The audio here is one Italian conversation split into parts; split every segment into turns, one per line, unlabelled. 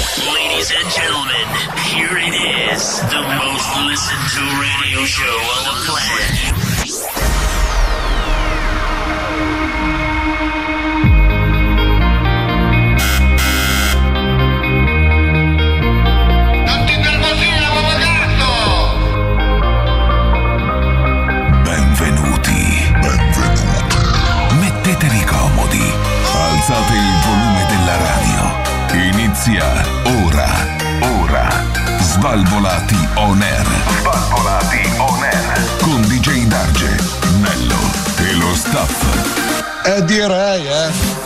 Ladies and gentlemen, here it is, the most listened to radio show on the planet.
Non ti pervasina, papagazzo!
Benvenuti. Benvenuti. Mettetevi comodi. Alzate il volume della radio. Inizia ora. Ora. Svalvolati on air. Svalvolati on air. Con DJ Darge, Nello e lo staff.
Eh direi, eh.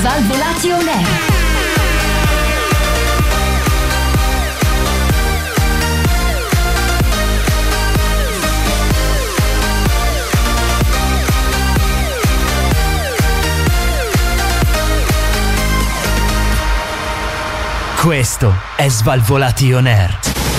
Svalvolati on air.
Questo è Svalvolati On Air.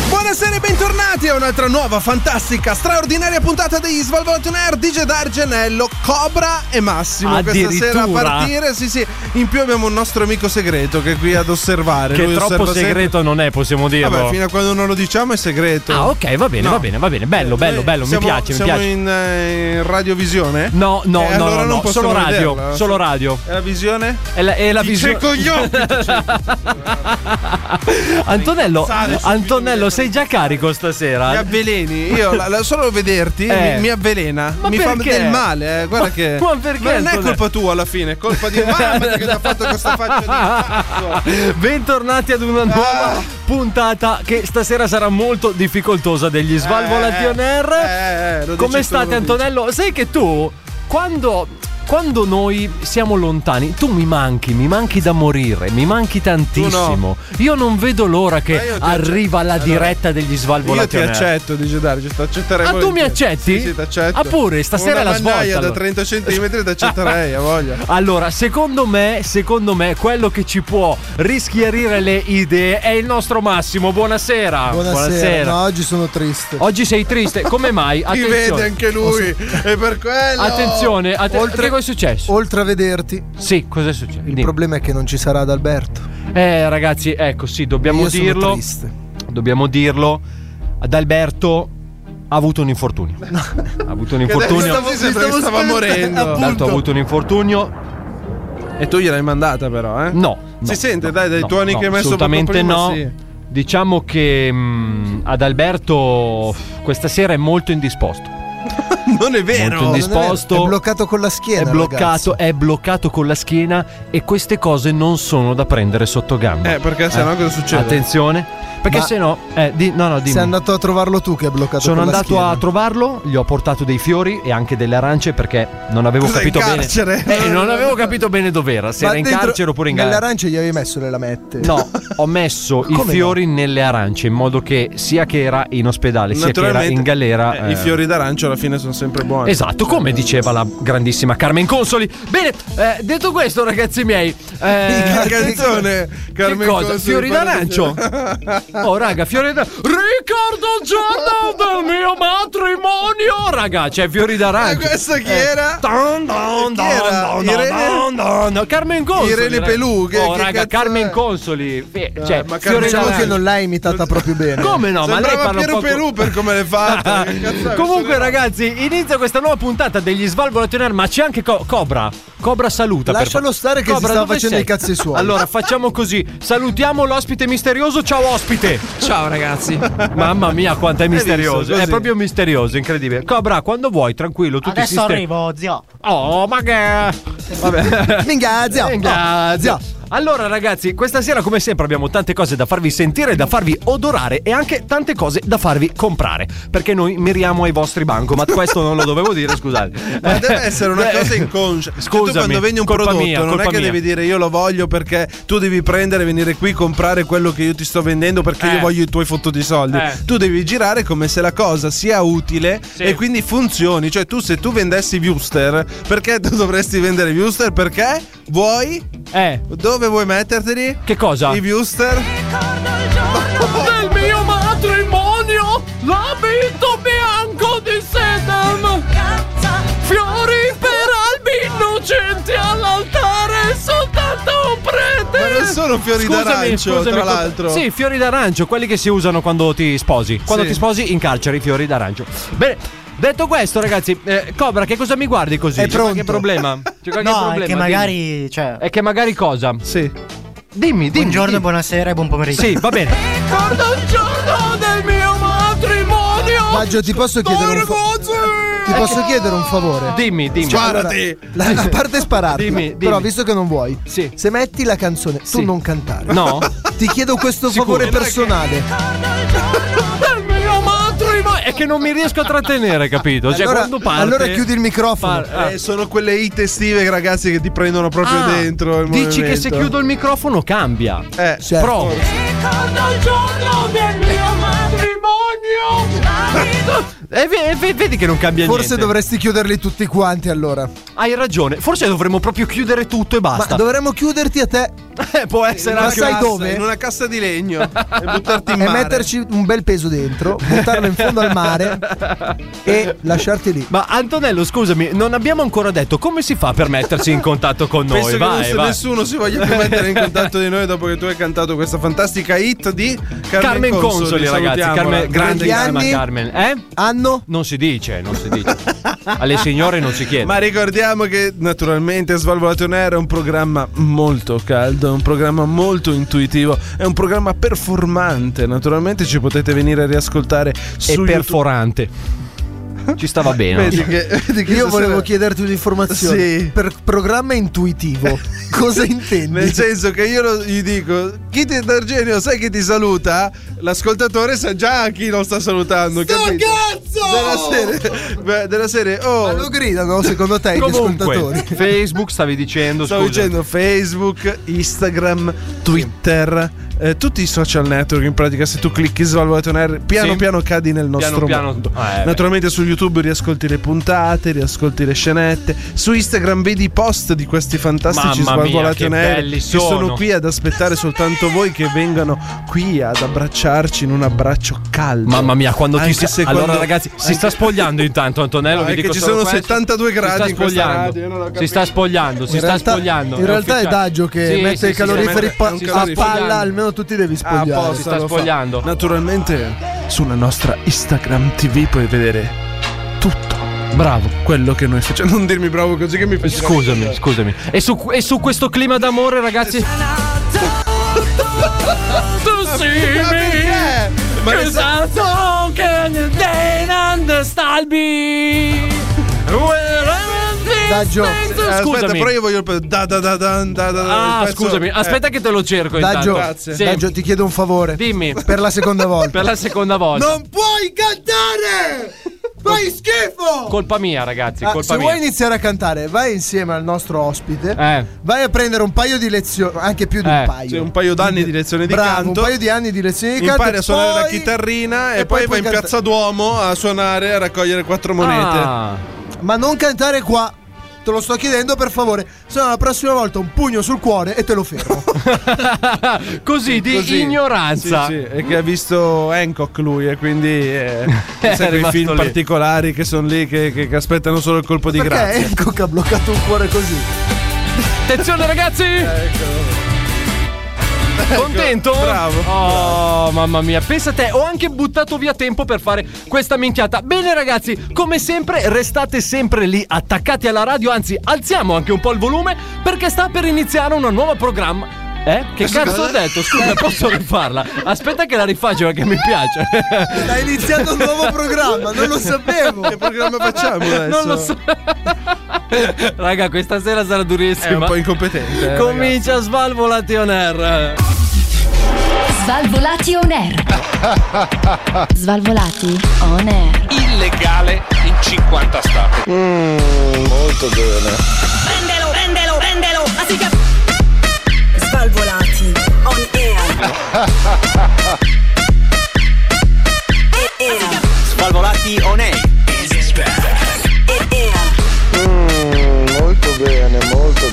Buonasera e bentornati a un'altra nuova, fantastica, straordinaria puntata di Svalvolati on Air di Dargenello, Cobra e Massimo. Questa sera a
Addirittura?
partire, sì sì, in più abbiamo un nostro amico segreto che è qui ad osservare.
Che
Lui
troppo
osserva sempre-
segreto non è, possiamo dirlo.
Vabbè, fino a quando non lo diciamo è segreto.
Ah, ok, va bene,
No. Eh,
va bene, va bene. Bello, bello, bello.
Siamo-
mi piace, mi
siamo
piace.
in, eh, in radiovisione?
No, no,
Eh,
no,
allora
no,
non
no,
possiamo
solo radio,
vederla.
solo radio.
È la visione?
È la, è la
Dice
visione.
coglioni!
Antonello,
Sale subito,
Antonello, sei già carico stasera?
Mi avveleni, io la- la- solo vederti
Eh.
mi, mi avvelena,
Ma
mi fa
perché?
del male, eh, guarda
Ma-
che...
ma perché,
non è
Antonello?
colpa tua alla fine, è colpa di mamma che ti ha fatto questa faccia di cazzo.
Bentornati ad una nuova
Ah.
puntata che stasera sarà molto difficoltosa degli Svalvolati
Eh,
on Air.
eh, eh, lo
Come
dici tu,
state
lo dici.
Antonello? Sai che tu quando, quando noi siamo lontani, tu mi manchi, mi manchi da morire, mi manchi tantissimo.
Tu no.
Io non vedo l'ora
Ma io
che
ti
arriva
accetto.
la
Allora,
diretta degli
Io
Svalvolati
ti
on Air.
accetto, dice Dario, ti accetterei.
Ah, tu mi
volentieri.
accetti?
Sì, sì, ti accetto.
Ah, pure, stasera
Una
la svolta,
mannaia da
allora.
30 cm ti accetterei, a voglia.
Allora, secondo me, secondo me, quello che ci può rischiarire le idee è il nostro Massimo. Buonasera.
Buonasera. No, oggi sono triste.
Oggi sei triste, come mai?
Mi vede
Attenzione. Oh,
anche lui, e per quello...
Attenzione, att-
Oltre-
che cosa è successo?
Oltre a vederti, il
sì, cosa è successo? Dimmi.
problema è che non ci sarà Adalberto.
Eh, ragazzi, ecco, sì, dobbiamo
Io sono
dirlo.
triste.
Dobbiamo dirlo. Adalberto ha avuto un infortunio. ha avuto un
Che adesso
infortunio.
stavo- sembra che stava morendo.
Adalberto ha avuto un infortunio.
E tu gliel'hai mandata però, eh?
No. no,
Si sente,
no,
dai, dai
no,
tuoni
no,
che hai messo poco
Assolutamente
prima,
no.
sì.
Diciamo che mh, Adalberto questa sera è molto indisposto.
Non è
Molto
vero.
Non è vero,
indisposto.
È bloccato con la schiena.
È bloccato,
ragazzi.
è bloccato con la schiena e queste cose non sono da prendere sotto gamba.
Eh, perché sennò cosa succede?
Attenzione, perché
Ma-
se no, eh, di- no, no, dimmi.
Sei andato a trovarlo tu che è bloccato
Sono
con la
andato
schiena.
a trovarlo, gli ho portato dei fiori e anche delle arance perché non avevo
Cos'è, in
capito bene.
carcere?
Eh, non avevo capito bene dov'era, se
Ma
era in
dentro-
carcere oppure in galera.
Nell'arancia gli avevi messo le lamette.
No, ho messo i
Come no?
fiori nelle arance in modo che sia che era in ospedale sia che era
Naturalmente,
in galera.
eh, I
eh,
fiori d'arancio alla fine sono sempre buoni.
Esatto, come diceva la grandissima Carmen Consoli. Bene, eh, detto questo, ragazzi miei,
La
eh,
canzone Carmen
che cosa?
Consoli,
Fiori
parla di-
d'arancio. oh, raga, fiori d'arancio. Ricordo giorno del mio matrimonio. Raga, c'è Eh. fiori
Ma
d'arancio.
questa chi era?
Dun, dun,
Chi
dun,
era?
dun,
Irene-
dun, dun, dun. Carmen Consoli.
Irene
raga.
Pelù, che-
oh,
che
raga,
cazzo
Carmen
è? Ah,
Consoli. Fe- Cioè,
ma Carmen-
fiori
Diciamo
d'arancio.
che non l'hai imitata proprio bene.
Come no? ma lei
Sembrava
parla un
Piero
po' co-
Pelù per come l'hai fatta. Che cazzo è?
Comunque, ragazzi, inizia questa nuova puntata degli Svalvolati on Air, ma c'è anche Co- Cobra. Cobra saluta. per
Lascialo
fa-
stare che si sta
dove
facendo
sei?
i cazzi suoi.
Allora, facciamo così: salutiamo l'ospite misterioso. Ciao, ospite.
Ciao ragazzi.
Mamma mia, quanto è misterioso! È
così.
proprio misterioso, incredibile. Cobra, quando vuoi, tranquillo. Tu ti sistemi-
zio.
Oh, ma che. Vabbè.
Minchia, zio.
Venga,
Oh,
zio. Eh, Allora ragazzi, questa sera come sempre abbiamo tante cose da farvi sentire, da farvi odorare e anche tante cose da farvi comprare, perché noi miriamo ai vostri bancomat, questo non lo dovevo dire, scusate.
Ma deve essere una
Eh,
cosa inconscia. Cioè, tu
Scusami,
quando vendi un
colpa
prodotto,
mia,
non è
colpa
che
mia.
devi dire io lo voglio perché tu devi prendere, venire qui, comprare quello che io ti sto vendendo perché
Eh.
io voglio i tuoi fottuti soldi.
Eh.
Tu devi girare come se la cosa sia utile
Sì.
e quindi funzioni. Cioè, tu se tu vendessi Viewster, perché tu dovresti vendere Viewster? Perché vuoi?
Eh,
Dove vuoi metterteli?
che cosa?
I Viewster?
Del mio Vento bianco di sedam. Fiori per albi innocenti all'altare. Soltanto un prete.
Ma non sono fiori d'arancio, tra
co-
l'altro.
Sì, fiori d'arancio, quelli che si usano quando ti sposi. Quando
Sì.
ti sposi in carcere, i fiori d'arancio. Bene. Detto questo, ragazzi, eh, Cobra, che cosa mi guardi così?
È
C'è qualche
pronto.
problema? C'è qualche
No,
problema?
è che
Dimmi.
magari. Cioè,
È che magari cosa?
Sì.
Dimmi, dimmi.
buongiorno,
dimmi.
buonasera e buon pomeriggio.
Sì, va bene. Ricordo il giorno del mio matrimonio.
Maggio, ti posso chiedere un favore? Ti posso chiedere un favore?
Dimmi, dimmi.
Sparati!
La, la parte sparata.
Dimmi, dimmi.
Però visto che non vuoi,
Sì.
se metti la canzone, tu
Sì.
non cantare.
No.
Ti chiedo questo
Sicuro.
favore personale.
Del mio matrimonio. È che non mi riesco a trattenere, capito? Cioè,
Allora,
quando parte.
allora chiudi il microfono.
Par- ah.
Eh, sono quelle hit estive, ragazzi, che ti prendono proprio
Ah,
dentro. il
Dici che
movimento.
se chiudo il microfono cambia.
Eh,
Certo.
Provo. E Eh, ve- ve- vedi che non cambia
Forse
niente.
dovresti chiuderli tutti quanti allora.
Hai ragione. Forse dovremmo proprio chiudere tutto e
Ma
basta.
dovremmo chiuderti a te
Eh, può essere
Ma
anche
sai
un-
Cassa,
dove?
In una cassa di legno. e buttarti in
e
mare.
metterci un bel peso dentro, buttarlo in fondo al mare e lasciarti lì.
Ma Antonello, scusami, non abbiamo ancora detto come si fa per mettersi in contatto con noi.
Penso che
vai,
non se-
vai.
nessuno si voglia più mettere in contatto di noi dopo che tu hai cantato questa fantastica hit di
Carmen
Carmen,
Consoli, ragazzi.
salutiamola.
Carmen, grandissima
anni.
Carmen. Eh?
Anno?
Non si dice, non si dice. Alle signore non si chiede.
Ma ricordiamo che naturalmente Svalvolato on Air è un programma molto caldo, è un programma molto intuitivo, è un programma performante. Naturalmente ci potete venire a riascoltare
è
su YouTube.
perforante. Ci stava bene. non
Vedi
so.
che, vedi che
Io
stasera-
volevo chiederti un'informazione.
Sì.
Per programma intuitivo, cosa intendi?
Nel senso che io lo- gli dico, chi ti D'Argenio sai che ti saluta? L'ascoltatore sa già chi lo sta salutando. capito? Della serie, beh, della serie, oh.
Ma lo gridano secondo te gli
Comunque,
ascoltatori?
Facebook stavi dicendo,
Stavo
scusa.
dicendo Facebook, Instagram, Twitter, eh, tutti i social network. In pratica, se tu clicchi Svalvolato on Air, piano
Sì.
piano cadi nel nostro
piano.
mondo.
Ah, eh, beh.
Naturalmente su YouTube riascolti le puntate, riascolti le scenette. Su Instagram vedi i post di questi fantastici
Mamma mia,
Svalvolati
che
on Air
belli
che
sono.
sono qui ad aspettare soltanto voi che vengano qui ad abbracciarci in un abbraccio caldo.
Mamma mia, quando ti
Anche
si...
se
Allora
quando-
ragazzi, si sta spogliando intanto Antonello,
No,
vi
è che
dico
ci
solo
sono
questo.
72 gradi
Si
in
sta
questa
spogliando.
radio, io non ho capito.
si sta spogliando, si
In
sta
realtà-
spogliando.
In realtà è
ufficiale.
Dagio che
Sì,
mette
sì,
i
sì,
caloriferi
sì,
pa-
si sta
a
spogliando.
palla, almeno tu ti devi
Ah,
spogliare.
posto,
Si sta
lo fa.
spogliando.
Naturalmente sulla nostra Instagram TV puoi vedere tutto
Bravo.
quello che noi facciamo. Non dirmi bravo così che mi fai.
Scusami, scusami. E su, e su questo clima d'amore, ragazzi. Tu
Ma perché? Ma
Esatto,
esatto, eh, che sa-
Daggio,
Aspetta,
Scusami.
però io voglio il pe- da da da da da da. da-
Ah,
il pezzo- eh.
scusami, aspetta che te lo cerco.
Daggio,
intanto.
grazie.
Sì,
Daggio, ti chiedo un favore.
Dimmi,
Per la seconda volta.
per la seconda volta.
Non puoi cantare! Fai schifo!
Colpa mia, ragazzi,
Ah,
colpa
se
mia.
vuoi iniziare a cantare, vai insieme al nostro ospite.
Eh.
Vai a prendere un paio di lezioni, anche più di
Eh,
un paio.
sì, un paio d'anni di lezioni di
Bravo,
canto.
un paio di anni di lezioni di canto.
Impari a suonare la
poi-
chitarrina e,
e
poi,
poi
vai in
puoi
piazza Duomo a suonare a raccogliere quattro monete.
Ah,
Ma non cantare qua. Te lo sto chiedendo per favore, se no la prossima volta un pugno sul cuore e te lo fermo.
così di
Così.
ignoranza.
Sì, sì, è che ha visto Hancock lui e quindi eh, sai quei
rimasto
film
lì.
particolari che sono lì che, che- che aspettano solo il colpo di
Perché
grazia.
Hancock ha bloccato un cuore così?
Attenzione, ragazzi. Contento?
Bravo.
Oh, mamma mia, pensa te, ho anche buttato via tempo per fare questa minchiata. Bene, ragazzi, come sempre, restate sempre lì attaccati alla radio. Anzi, alziamo anche un po' il volume perché sta per iniziare una nuova programma. Eh? Che cazzo ho detto? Scusa, posso rifarla? Aspetta che la rifaccio perché mi piace.
Ha iniziato un nuovo programma, non lo sapevo.
Che programma facciamo adesso?
Non lo so. Raga, questa sera sarà durissima.
È un po' incompetente. eh,
Comincia Svalvolati on air.
Svalvolati on air. Svalvolati on air.
Illegale in 50 stati.
Prendelo, prendelo, prendelo, así che... Svalvolati, on air. air,
Svalvolati on air. Is back.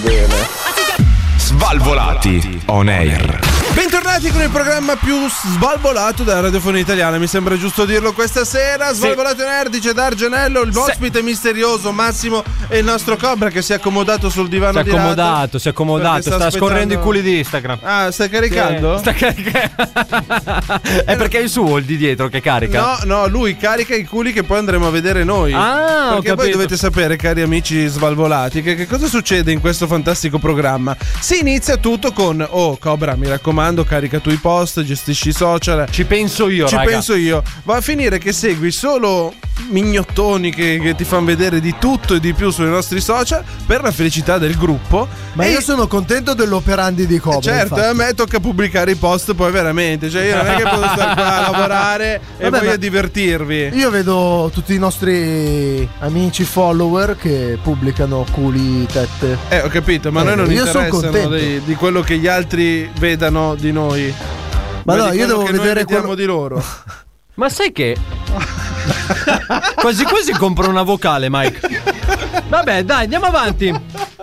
air.
Svalvolati on air.
Bentornati tornati con il programma più svalvolato della radiofonia italiana. Mi sembra giusto dirlo questa sera. Svalvolato in air dice D'Argenello, il ospite misterioso Massimo e il nostro Cobra che si è accomodato sul divano
Si è
di lato.
accomodato, si è accomodato,
Perché
sta,
aspettando-
scorrendo i culi di Instagram.
Ah, stai caricando?
Sta caricando. è perché è il suo il di dietro che carica.
No, no, lui carica i culi che poi andremo a vedere noi.
Ah, ho
Perché voi
capito.
dovete sapere, cari amici svalvolati, che, che cosa succede in questo fantastico programma. Si inizia tutto con, oh Cobra, mi raccomando, carica tu i post, gestisci i social.
Ci penso io,
Ci
raga.
penso io. Va a finire che segui solo mignottoni che, che ti fanno vedere di tutto e di più sui nostri social per la felicità del gruppo.
Ma
E-
io sono contento dell'operandi di Cobra.
Certo,
infatti.
a me tocca pubblicare i post poi veramente, cioè io non è che posso stare qua a lavorare e
Vabbè,
poi
ma-
a divertirvi.
Io vedo tutti i nostri amici follower che pubblicano culi, tette.
Eh, ho capito, ma a noi
Eh,
non
io son
interessano
contento.
dei- di quello che gli altri vedano di noi.
Ma no,
di
io
quello
devo
che noi
vedere
vediamo
quello-
di loro.
Ma sai che. quasi quasi compro una vocale, Mike. Vabbè, dai, andiamo avanti.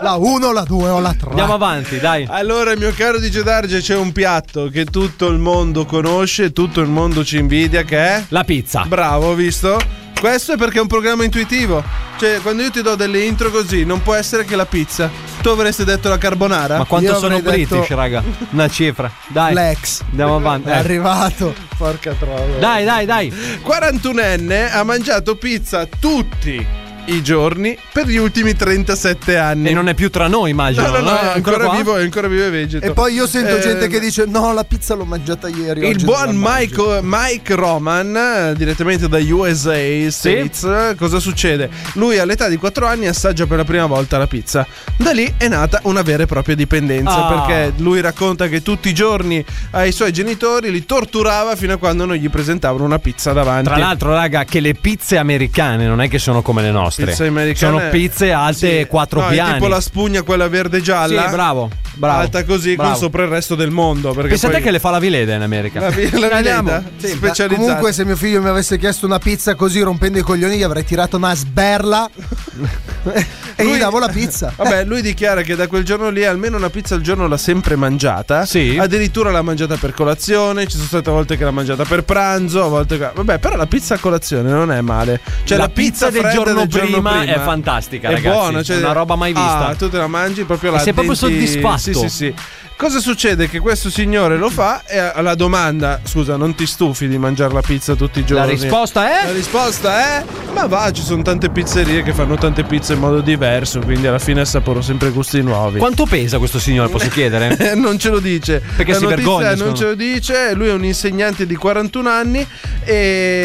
La 1, la 2 o la 3.
Andiamo avanti, dai.
Allora, mio caro Dice Darge, c'è un piatto che tutto il mondo conosce, tutto il mondo ci invidia, che è...
La pizza.
Bravo, visto? Questo è perché è un programma intuitivo. Cioè, quando io ti do delle intro così, non può essere che la pizza. Tu avresti detto la carbonara?
Ma quanto
Io
sono
avrei detto-
british, raga? Una cifra. Dai.
Lex.
Andiamo avanti.
È
eh.
arrivato. Porca trova.
Dai, dai, dai.
41enne ha mangiato pizza tutti i giorni per gli ultimi 37 anni.
E non è più tra noi, immagino.
No, no, no,
È
è ancora,
qua?
vivo, è ancora vivo e vegeto.
E poi io sento
Eh,
gente che dice: No, la pizza l'ho mangiata ieri.
Il
oggi
buon
non la mangio".
Mike, Mike Roman, eh, direttamente da USA States, eh, cosa succede? Lui all'età di 4 anni assaggia per la prima volta la pizza. Da lì è nata una vera e propria dipendenza,
Ah.
perché lui racconta che tutti i giorni ai suoi genitori li torturava fino a quando non gli presentavano una pizza davanti.
Tra l'altro, raga, che le pizze americane non è che sono come le nostre.
Pizze americane-
Sono pizze alte
Sì.
4
No, è
piani.
tipo la spugna quella verde gialla.
Sì, bravo, bravo.
Alta così con
Bravo.
sopra il resto del mondo. Perché
Pensate
poi...
che le fa la vileda in America.
La, vi- la
Andiamo.
viletta
Sì, ma
specializzata.
Comunque, se mio figlio mi avesse chiesto una pizza così rompendo i coglioni, gli avrei tirato una sberla e
Lui-
gli davo la pizza.
Vabbè, lui dichiara che da quel giorno lì almeno una pizza al giorno l'ha sempre mangiata.
Sì.
Addirittura l'ha mangiata per colazione. Ci sono state volte che l'ha mangiata per pranzo, a volte. che- Vabbè, però la pizza a colazione non è male. Cioè,
La
la,
pizza del
fredda
giorno
del
prima
giorno prima,
è fantastica,
È
ragazzi.
buona, cioè,
È una roba mai vista.
Ah, tu te la mangi proprio la
sei proprio
denti-
soddisfatto.
Sì, sì, sì. Cosa succede? Che questo signore lo fa e alla domanda, scusa, non ti stufi di mangiare la pizza tutti i giorni?
La risposta
La
è.
risposta è: Ma va, ci sono tante pizzerie che fanno tante pizze in modo diverso, quindi alla fine assaporo sempre gusti nuovi.
Quanto pesa questo signore? Posso chiedere?
Eh, non ce lo dice
Perché
La
si
notizia
vergogna,
non
secondo
ce lo dice lui è un insegnante di 41 anni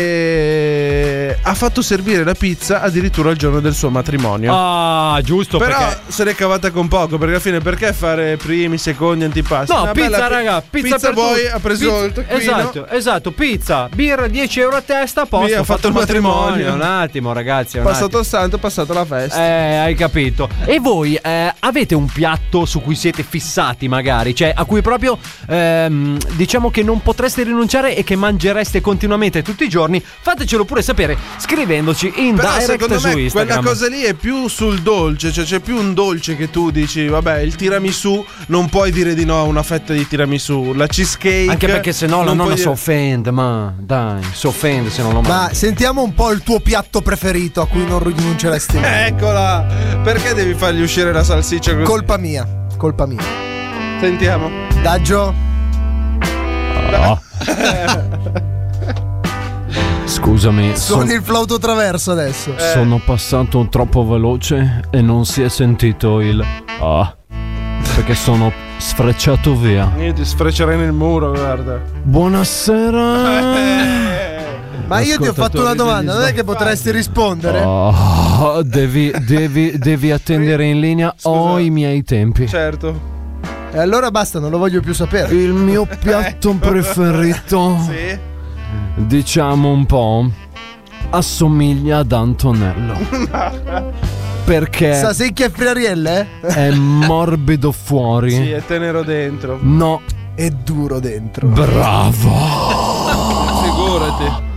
e ha fatto servire la pizza addirittura il giorno del suo matrimonio
Ah, giusto
però
perché.
se l'è cavata con poco perché alla fine perché fare primi secondi antipasti
No,
Una
pizza,
bella pi-
raga, pizza, per
poi
tutti.
ha preso
Pizza-
il taccuino
Esatto, esatto, pizza, birra 10 euro a testa, a posto,
Via,
ho fatto, il matrimonio. Un attimo, ragazzi, un
passato il santo passata la festa
Eh, hai capito. E voi eh, avete un piatto su cui siete fissati, magari? Cioè, a cui proprio ehm, diciamo che non potreste rinunciare e che mangereste continuamente tutti i giorni? Fatecelo pure sapere scrivendoci in
Però
direct
secondo
su
me quella
Instagram.
cosa lì è più sul dolce, cioè c'è più un dolce che tu dici, vabbè, il tiramisù non puoi dire di no a una fetta di tiramisù, la cheesecake
Anche perché se no la
non
nonna
puoi
si
dire-
offende, ma dai, si offende se non lo mangia.
Ma sentiamo un po' il tuo piatto preferito a cui non rinunceresti mai.
Eh, Eccola! Perché devi fargli uscire la salsiccia così?
Colpa mia, colpa mia.
Sentiamo.
Daggio,
Scusami,
sono il flauto traverso adesso.
Eh,
sono passato troppo veloce e non si è sentito il ah. Perché sono sfrecciato via.
Io ti sfrecerei nel muro, guarda. Eh,
Buonasera.
Ma io ti ho fatto una domanda, non è che potresti rispondere?
Oh, devi, devi- devi attendere in linea. Ho i miei tempi.
Certo.
E allora basta, non lo voglio più sapere.
Il mio piatto preferito,
eh, Sì.
diciamo un po', assomiglia ad Antonello. Perché
Sasicchia e friarielle? eh?
è morbido fuori.
Sì, è tenero dentro.
No,
È duro dentro.
bravo.
Figurati.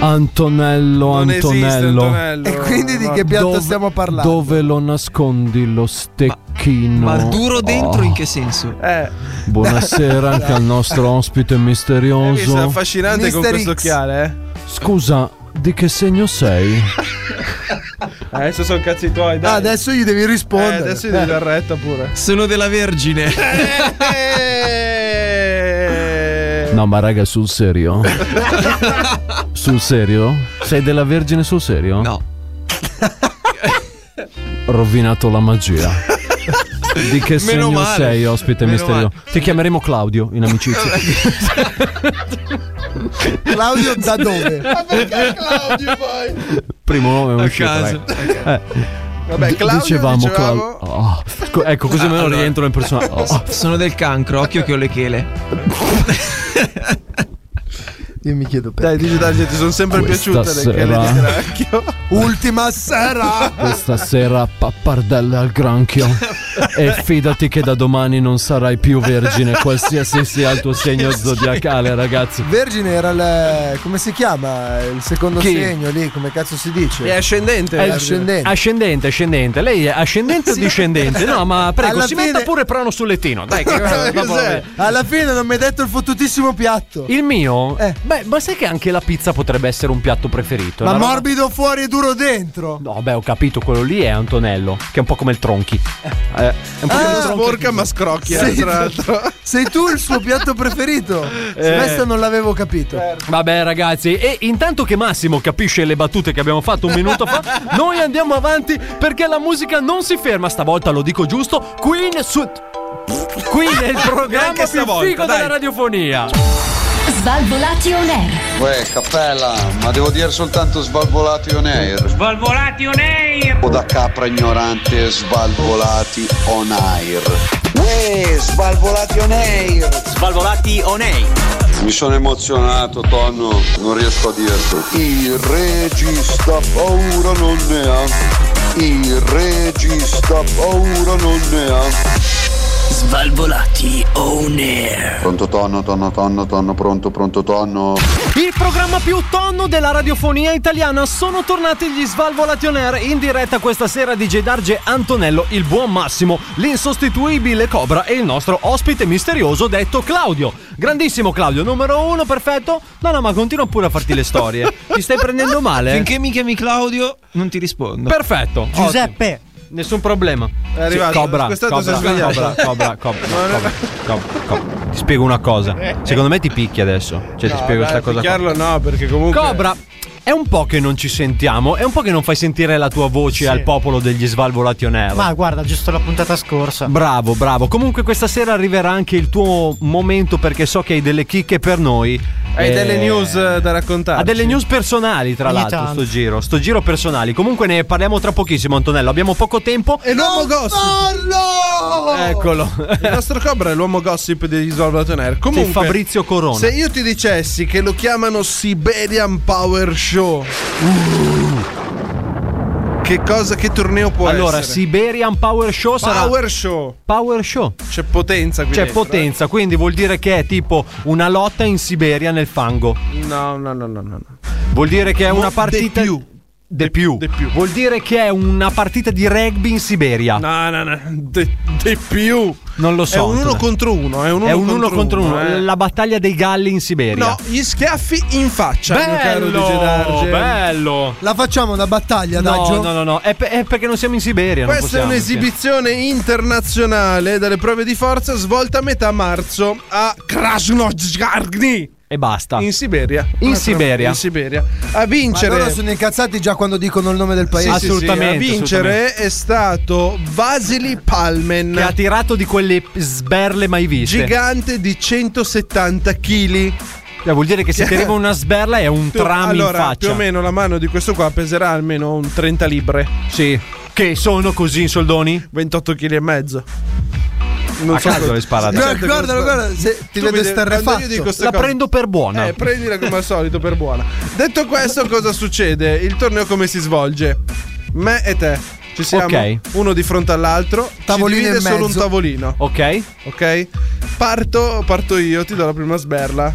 Antonello,
Non
Antonello.
esiste Antonello.
E quindi di che pianta
Dove-
stiamo parlando?
Dove lo nascondi lo stecchino?
Ma duro dentro
Oh.
in che senso?
Eh,
Buonasera anche al nostro ospite
hai visto? È
misterioso.
affascinante con
Mister
questo
X.
occhiale,
Scusa, di che segno sei?
eh? Adesso sono cazzi tuoi, dai.
Ah, adesso gli devi
Eh,
rispondere.
adesso gli devi dar retta pure. Eh,
Sono della Vergine.
No, ma raga, sul serio? Sul serio? Sei della Vergine sul serio?
No.
Rovinato la magia. Di che
Meno
segno
male.
sei, ospite
Meno
misterioso? Ti chiameremo Claudio in amicizia.
Claudio da dove?
Primo nome è
A
uscito.
caso.
dai. D-
Claudio, dicevamo-
Clau- Oh, co- ecco, così me lo
allora.
rientro in persona. Oh, oh.
Sono del cancro, occhio che ho le chele.
Io mi chiedo perché.
Dai, dici Dario, ti sono sempre
Questa
piaciute le chele di
sera.
granchio.
Ultima sera.
Questa sera pappardella al granchio. e fidati che da domani non sarai più vergine, qualsiasi sia il tuo segno zodiacale, ragazzi.
Vergine era il. come si chiama? Il secondo
Chi? Eh,
segno lì, come cazzo si dice?
È ascendente.
È
Davide.
ascendente.
Ascendente, ascendente. Lei è ascendente o discendente? No, ma prego,
Alla
si
fine-
metta pure prono sul lettino. Dai, che-
Cos'è?
va bene.
Alla fine non mi hai detto il fottutissimo piatto.
Il mio?
Eh.
Beh, ma sai che anche la pizza potrebbe essere un piatto preferito?
Ma
Una roba-
morbido fuori e duro dentro.
No, beh, ho capito, quello lì è Antonello, che è un po' come il tronchi. Eh, è
Ah,
un po'
Ah!
come il tronchi.
Porca ma scrocchia,
Sì.
tra l'altro.
Sei tu il suo piatto preferito.
Eh.
Questo non l'avevo capito.
Vabbè, ragazzi, e intanto che Massimo capisce le battute che abbiamo fatto un minuto fa, noi andiamo avanti perché la musica non si ferma. Stavolta lo dico giusto, Queen su. Queen è il programma più figo della radiofonia.
Svalvolati on air.
Uè, cappella, Ah, ma devo dire soltanto svalvolati on air.
Svalvolati on air!
O da capra ignorante, svalvolati on air. Uè, svalvolati on air.
Svalvolati on air!
Mi sono emozionato, Tonno, non riesco a dirlo. Il regista paura non ne ha. Il regista paura non ne ha.
Svalvolati on air!
Pronto tonno, tonno, tonno, tonno, pronto, pronto tonno.
Il programma più tonno della radiofonia italiana sono tornati gli Svalvolati on Air in diretta questa sera di Gedarge Antonello, il buon Massimo, l'insostituibile Cobra e il nostro ospite misterioso detto Claudio. Grandissimo Claudio, numero uno, perfetto. No, no, ma continua pure a farti le storie. Ti stai prendendo male?
Finché mi chiami Claudio, non ti rispondo.
Perfetto. Giuseppe. Nessun problema. È
arrivato.
cobra,
Quest'altro
cobra,
si è svegliato.
cobra, cobra, cobra, cobra, cobra, cobra. Ti spiego una cosa. Secondo me ti picchi adesso. Cioè, ti spiego
Eh.
questa
Dai,
cosa. qua.
picchiarlo no, perché comunque.
Cobra, è un po' che non ci sentiamo, è un po' che non fai sentire la tua voce al popolo degli svalvolati on air.
Ma guarda, giusto la puntata scorsa.
Bravo, bravo. Comunque questa sera arriverà anche il tuo momento perché so che hai delle chicche per noi.
Hai
Eh,
delle news eh, da raccontare.
Ha delle news personali, tra
Ogni
l'altro,
tanto.
sto giro. Sto giro personali. Comunque ne parliamo tra pochissimo, Antonello. Abbiamo poco tempo.
E l'uomo gossip. oh.
Parlo!
Eccolo.
Il nostro Cobra è l'uomo gossip degli Svalvolati on Air. Comunque,
Ecco. Sì, Fabrizio Corona.
Se io ti dicessi che lo chiamano Siberian Power Show, che cosa, che torneo può
allora,
essere?
Siberian Power Show sarà
Power Show.
Power Show.
C'è potenza qui.
C'è
dentro, eh?
potenza, quindi vuol dire che è tipo una lotta in Siberia nel fango.
eh. No, no, no, no, no. no.
Vuol dire che è una
de
partita.
più.
De più.
de più.
Vuol dire che è una partita di rugby in Siberia.
No, no, no. De, de più.
Non lo so.
È un uno
Antonello.
contro uno. È un uno
È un uno
contro
contro uno.
eh.
La battaglia dei galli in Siberia.
No, gli schiaffi in faccia. mio caro Luigi
Bello,
Darge.
bello.
La facciamo una battaglia, dai,
No,
Gio?
no, no, no. È, pe- è perché non siamo in Siberia. non
Questa è
possiamo,
un'esibizione internazionale delle prove di forza svolta a metà marzo a Krasnojarny
sì. E basta.
in Siberia.
Ah. In Siberia.
In Siberia. A
Ma
vincere.
loro sono incazzati già quando dicono il nome del
Certo. Sì, sì,
paese.
sì,
Assolutamente,
a vincere è stato Vasily Palmen,
Che ha tirato di quelle sberle mai viste.
gigante di 170 kg.
Eh, vuol dire che se ti arriva una sberla è un
Più-
tram in
allora,
faccia.
più o meno la mano di questo qua peserà almeno un 30 libre,
Sì. Che sono così in soldoni?
28 kg e mezzo. Non
A caso le spara adesso.
Guarda, guardalo, guarda, se ti
certo,
vedo
Tu vedi- quando io
esterrefatto.
dico queste
La
cose-
prendo per buona.
Eh, prendila come al solito per buona. Detto questo, cosa succede? Il torneo come si svolge? Me e te. Ci siamo
Ok.
uno di fronte all'altro.
Tavolino
ci divide
in
solo un
mezzo.
tavolino.
ok?
Ok? Parto, parto io, ti do la prima sberla.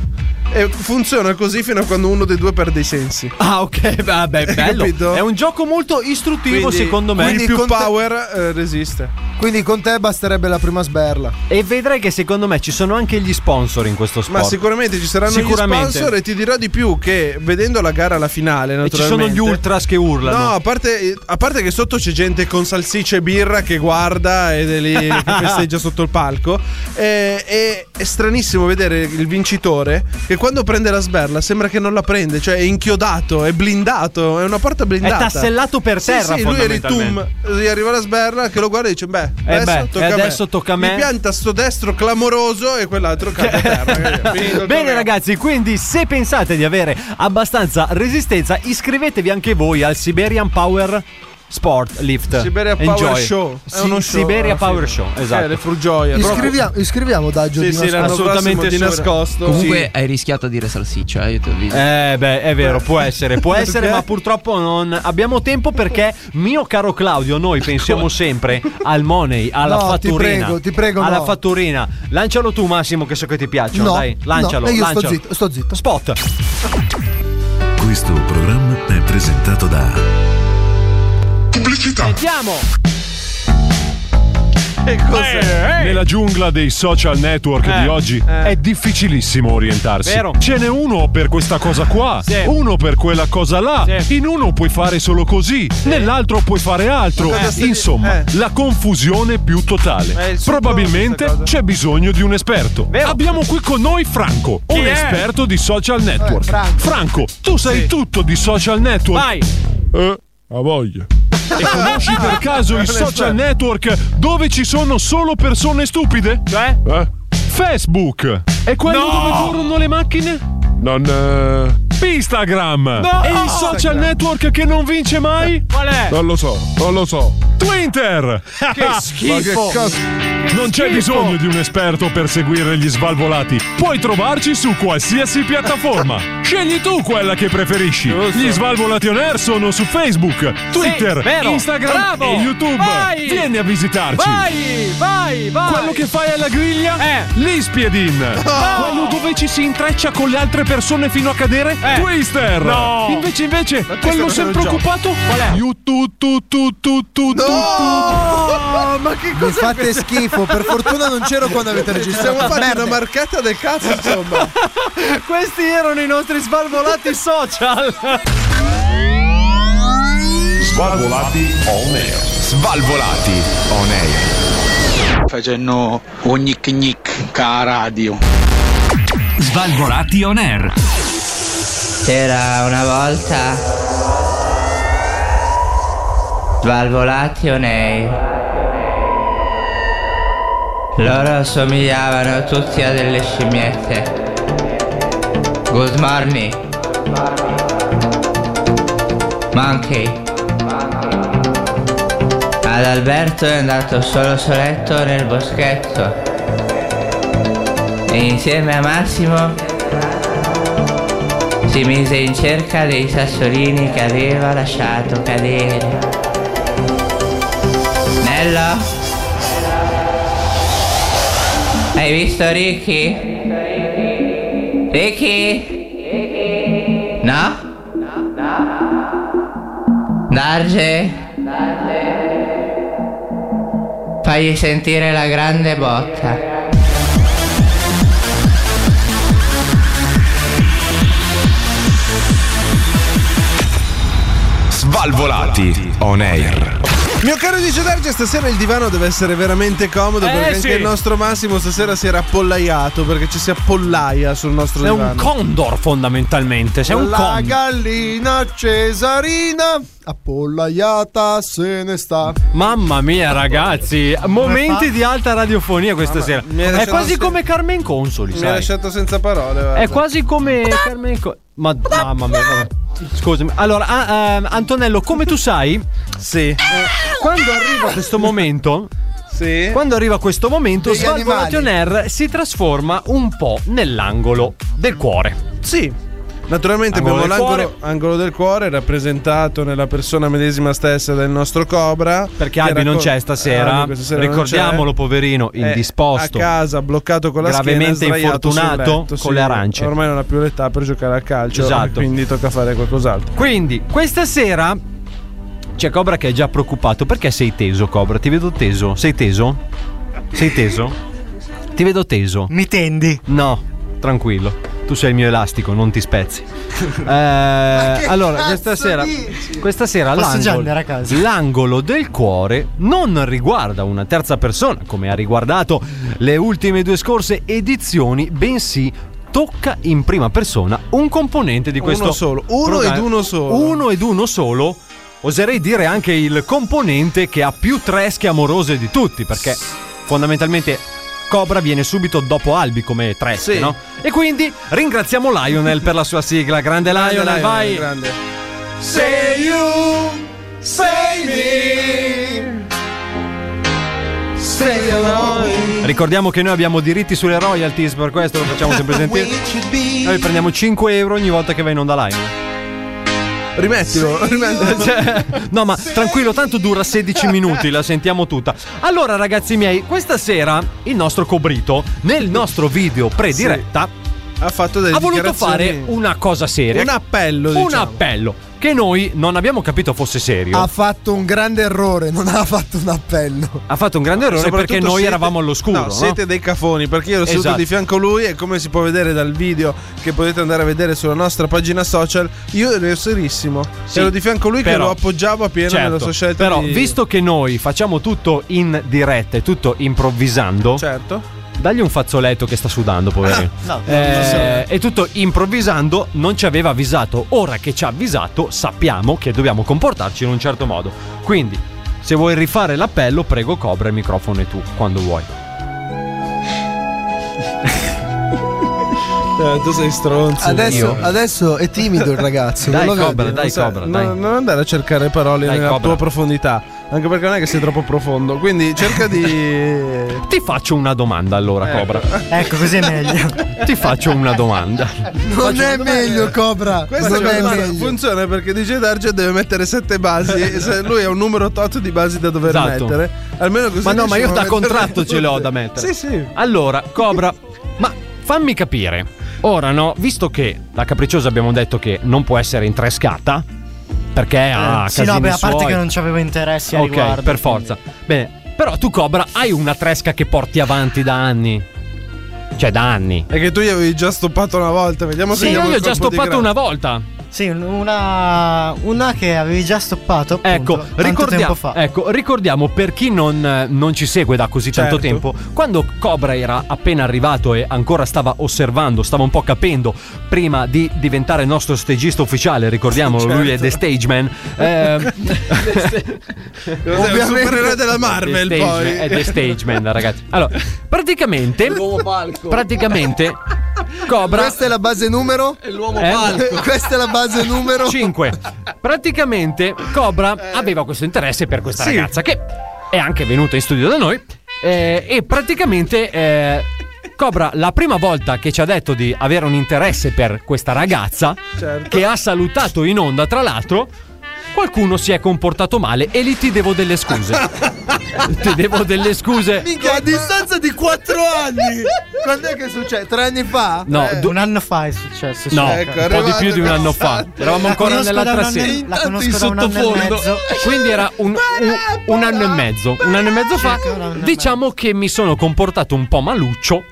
E funziona così fino a quando uno dei due perde i sensi.
Ah, ok, vabbè, bello. È un gioco molto istruttivo, secondo me.
Quindi più power eh, resiste.
Quindi con te basterebbe la prima sberla.
Eh,
E vedrai che secondo me ci sono anche gli sponsor in questo sport.
Ma sicuramente ci saranno
Sicuramente.
gli sponsor e ti dirò di più che vedendo la gara alla finale,
E ci sono
naturalmente.
gli ultras che urlano.
No, a parte, a parte che sotto c'è gente con salsicce e birra che guarda ed è lì che festeggia sotto il palco. E, e- è stranissimo vedere il vincitore che quando prende la sberla sembra che non la prende, cioè è inchiodato, è blindato, è una porta blindata.
tassellato per
Sì,
terra,
Sì, lui è lì, tum,
fondamentalmente.
gli arriva la sberla che lo guarda e dice: Beh,
Eh
adesso,
beh,
tocca,
e adesso
a me.
tocca a me.
Mi pianta sto destro clamoroso e quell'altro cade a terra. Finito il
Bene ragazzi, quindi se pensate di avere abbastanza resistenza, iscrivetevi anche voi al Siberian Power Sport Lift.
Siberia Power
Enjoy.
Show. È
Si-
uno show,
Siberia
alla fine.
Power Show,
Eh,
esatto.
le frugioie.
Iscriviamo, iscriviamo Daggio
Sì,
di
sì,
nascosto.
Assolutamente di nascosto.
Comunque
Sì.
hai rischiato a dire salsiccia, io ti ho visto.
Eh beh, è vero, può essere, può
Perché?
essere, ma purtroppo non abbiamo tempo perché, mio caro Claudio, noi pensiamo sempre al money, alla
No, ti
fatturina.
prego, ti prego,
Alla
no.
fatturina. Lancialo tu, Massimo, che so che ti piacciono,
No,
dai,
no,
lancialo,
e io sto
lancialo.
zitto, sto zitto.
Spot.
Questo programma è presentato da
Pubblicità. Sentiamo.
Nella giungla dei social network
Eh,
di oggi
eh.
è difficilissimo orientarsi.
Vero.
Ce n'è uno per questa cosa qua,
Sì.
uno per quella cosa là. In uno puoi fare solo così, nell'altro puoi fare altro.
Ma cosa stai-
Insomma,
eh.
la confusione più
È
totale.
il succo di
Probabilmente
questa cosa.
c'è bisogno di un esperto. Abbiamo qui con noi Franco,
Chi
un
è?
esperto di social network. Franco. tu sai tutto di social network. Vai. Eh, a voglia. E conosci per caso i social network dove ci sono solo persone stupide? Cioè? Facebook! È quello
No!
dove corrono le macchine? Non. Instagram!
No!
E Ah, il social network che non vince mai?
Qual è?
Non lo so, non lo so. Twitter!
Che
Ma
schifo!
cazzo- Non c'è bisogno di un esperto per seguire gli svalvolati. Puoi trovarci su qualsiasi piattaforma. Scegli tu quella che preferisci. Gli svalvolati on air sono su Facebook, Twitter,
vero.
Instagram
Bravo.
e YouTube.
Vai.
Vieni a visitarci.
Vai, vai, vai.
Quello che fai alla griglia? Eh. L'Ispiedin. Quello dove ci si intreccia con le altre persone fino a cadere? Twister.
No.
Invece, invece,
Twister non
quello
è un
sempre
gioco.
occupato? Qual è?
No!
Ma che
Mi fate schifo, per fortuna non c'ero quando avete registrato.
Stiamo facendo
Merda.
una marcata del cazzo, insomma.
Questi erano i nostri svalvolati social.
Svalvolati on air. Svalvolati on air.
Facendo un gnic gnic ca radio.
Svalvolati on air.
C'era una volta Svalvolati o nei Loro somigliavano tutti a delle scimmiette Good morning Monkey Ad Alberto è andato solo soletto nel boschetto E insieme a Massimo si mise in cerca dei sassolini che aveva lasciato cadere. Nello? Hai visto Ricky? Ricky? No? Darge? Fagli sentire la grande botta.
Svalvolati on air.
Mio caro Dice Darge, stasera il divano deve essere veramente comodo
Eh,
perché
sì.
anche il nostro Massimo stasera si era appollaiato perché ci si appollaia sul nostro
È
divano.
un condor fondamentalmente, sei un
la
condor.
gallina Cesarina appollaiata se ne sta.
Mamma mia, ragazzi, momenti
fa?
di alta radiofonia questa
Mamma,
sera.
mi hai
È
lasciato
quasi
sen-
come Carmen Consoli,
Mi ha
sai.
lasciato senza parole.
È
guarda.
quasi come Carmen Consoli. Ma mamma mia, vabbè. Scusami. Allora, ah, ehm, Antonello, come tu sai?
Sì.
quando arriva questo momento
Sì.
Quando arriva questo momento,
Degli
Svalvolation Air si trasforma un po' nell'angolo del cuore.
Sì. Naturalmente
Angolo
abbiamo
del
l'angolo angolo del cuore rappresentato nella persona medesima stessa del nostro Cobra. Ah,
Perché Albi non c'è stasera. Ricordiamolo, poverino, indisposto.
Eh, A casa, bloccato con la
Gravemente
schiena, sdraiato sul
infortunato
letto,
con le arance.
Ormai non ha più l'età per giocare a calcio,
Esatto.
quindi tocca fare qualcos'altro.
Quindi, questa sera c'è Cobra che è già preoccupato. Perché sei teso, Cobra? Ti vedo teso. Sei teso? Sei teso? Ti vedo teso. Mi tendi? No, tranquillo. Tu sei il mio elastico, non ti spezzi. Eh, allora, questa sera, questa sera
Posso già
l'angolo,
andare a casa?
l'angolo del cuore non riguarda una terza persona, come ha riguardato le ultime due scorse edizioni, bensì tocca in prima persona un componente di
Uno
questo
solo, uno
programma.
ed uno solo.
eh, Uno ed uno solo. Oserei dire anche il componente che ha più tresche amorose di tutti, perché fondamentalmente Cobra viene subito dopo Albi come tresche, no? E quindi ringraziamo Lionel per la sua sigla. Grande Lionel,
Lionel,
vai!
grande.
Say you, say me. Stay alone.
Ricordiamo che noi abbiamo diritti sulle royalties, per questo lo facciamo sempre sentire. Noi prendiamo 5 euro ogni volta che va in onda Lionel.
Rimettilo, rimettilo.
Cioè, no, ma tranquillo, tanto dura 16 minuti, la sentiamo tutta. Allora, ragazzi miei, questa sera il nostro Cobrito, nel nostro video prediretta,
ha fatto delle
ha voluto
dichiarazioni-
fare una cosa seria.
Un appello,
Un
diciamo. Ah,
appello che noi non abbiamo capito fosse serio.
Ha fatto un grande errore, non ha fatto un appello.
Ha fatto un grande errore
Soprattutto
perché noi
siete-
eravamo all'oscuro.
No,
no?
siete dei cafoni perché io ero seduto
Esatto.
di fianco a lui e come si può vedere dal video che potete andare a vedere sulla nostra pagina social, io ero serissimo.
Sì,
ero di fianco a lui che
però-
lo appoggiavo appieno
Certo,
nella sua scelta.
Però,
di-
visto che noi facciamo tutto in diretta e tutto improvvisando,
Cioè Certo.
dagli un fazzoletto che sta sudando,
Ah,
poverino.
no,
Eh, e tutto improvvisando, non ci aveva avvisato. Ora che ci ha avvisato, sappiamo che dobbiamo comportarci in un certo modo. Quindi, se vuoi rifare l'appello, prego, Cobra, il microfono è tu quando vuoi.
Eh, tu sei stronzo.
Adesso,
Io?
adesso è timido il ragazzo.
Dai,
non lo
Cobra,
vedi?
dai, Cobra, dai. Non andare a cercare parole
Dai,
nella
Cobra.
tua profondità, anche perché non è che sei troppo profondo. Quindi cerca di. Ti
faccio una domanda allora, Cobra.
Ecco, così è meglio.
Ti faccio una domanda.
Non è meglio, Cobra.
Questa
non è
domanda
meglio.
funziona perché DJ Darge deve mettere sette basi. e se lui ha un numero tot di basi da dover
Esatto.
mettere. Almeno così
Ma no,
riesce
ma io
a
da
mettere
contratto ce l'ho
tutte.
da mettere.
Sì, sì.
Allora, Cobra, ma fammi capire. Ora no, visto che la capricciosa abbiamo detto che non può essere intrescata, perché ha
Eh, sì, no,
casini
beh, a parte
suoi.
che non ci avevo interessi a
Ok,
riguardo.
per forza. Bene, però tu Cobra hai una tresca che porti avanti da anni. Cioè da anni.
È che tu gli avevi già stoppato una volta. Vediamo se
Sì,
diamo
io
il
gli ho già
colpo di
stoppato
grazia.
una
volta.
Sì, una, una che avevi già stoppato. Ecco,
Ricordiamo, ecco, ricordiamo per chi non, eh, non ci segue da così tanto
Certo.
tempo, quando Cobra era appena arrivato e ancora stava osservando, stava un po' capendo prima di diventare nostro stagista ufficiale, ricordiamolo, lui è
Certo.
The Stageman. eh,
Cos'è, un supereroe della Marvel
The Stageman,
poi.
È The Stageman, ragazzi. Allora, praticamente praticamente Cobra Eh?
Questa è la base numero? È l'uomo
palco.
Questa è la base numero
5. Praticamente Cobra aveva questo interesse per questa
Sì.
ragazza che è anche venuta in studio da noi eh, e praticamente eh, Cobra la prima volta che ci ha detto di avere un interesse per questa ragazza
Certo.
che ha salutato in onda tra l'altro qualcuno si è comportato male e lì ti devo delle scuse. ti devo delle scuse.
Minchia, a distanza di 4 anni. Quando è che succede? Tre anni fa?
No,
Eh.
du-
Un anno fa è successo. sì.
No, un po' di più di un anno fa. Eravamo
La
ancora
conosco da
nell'altra
un anno-
sera.
La conosco da un anno e mezzo.
Quindi era un, un- un anno e mezzo. Un anno e mezzo fa, diciamo che mi sono comportato un po' maluccio.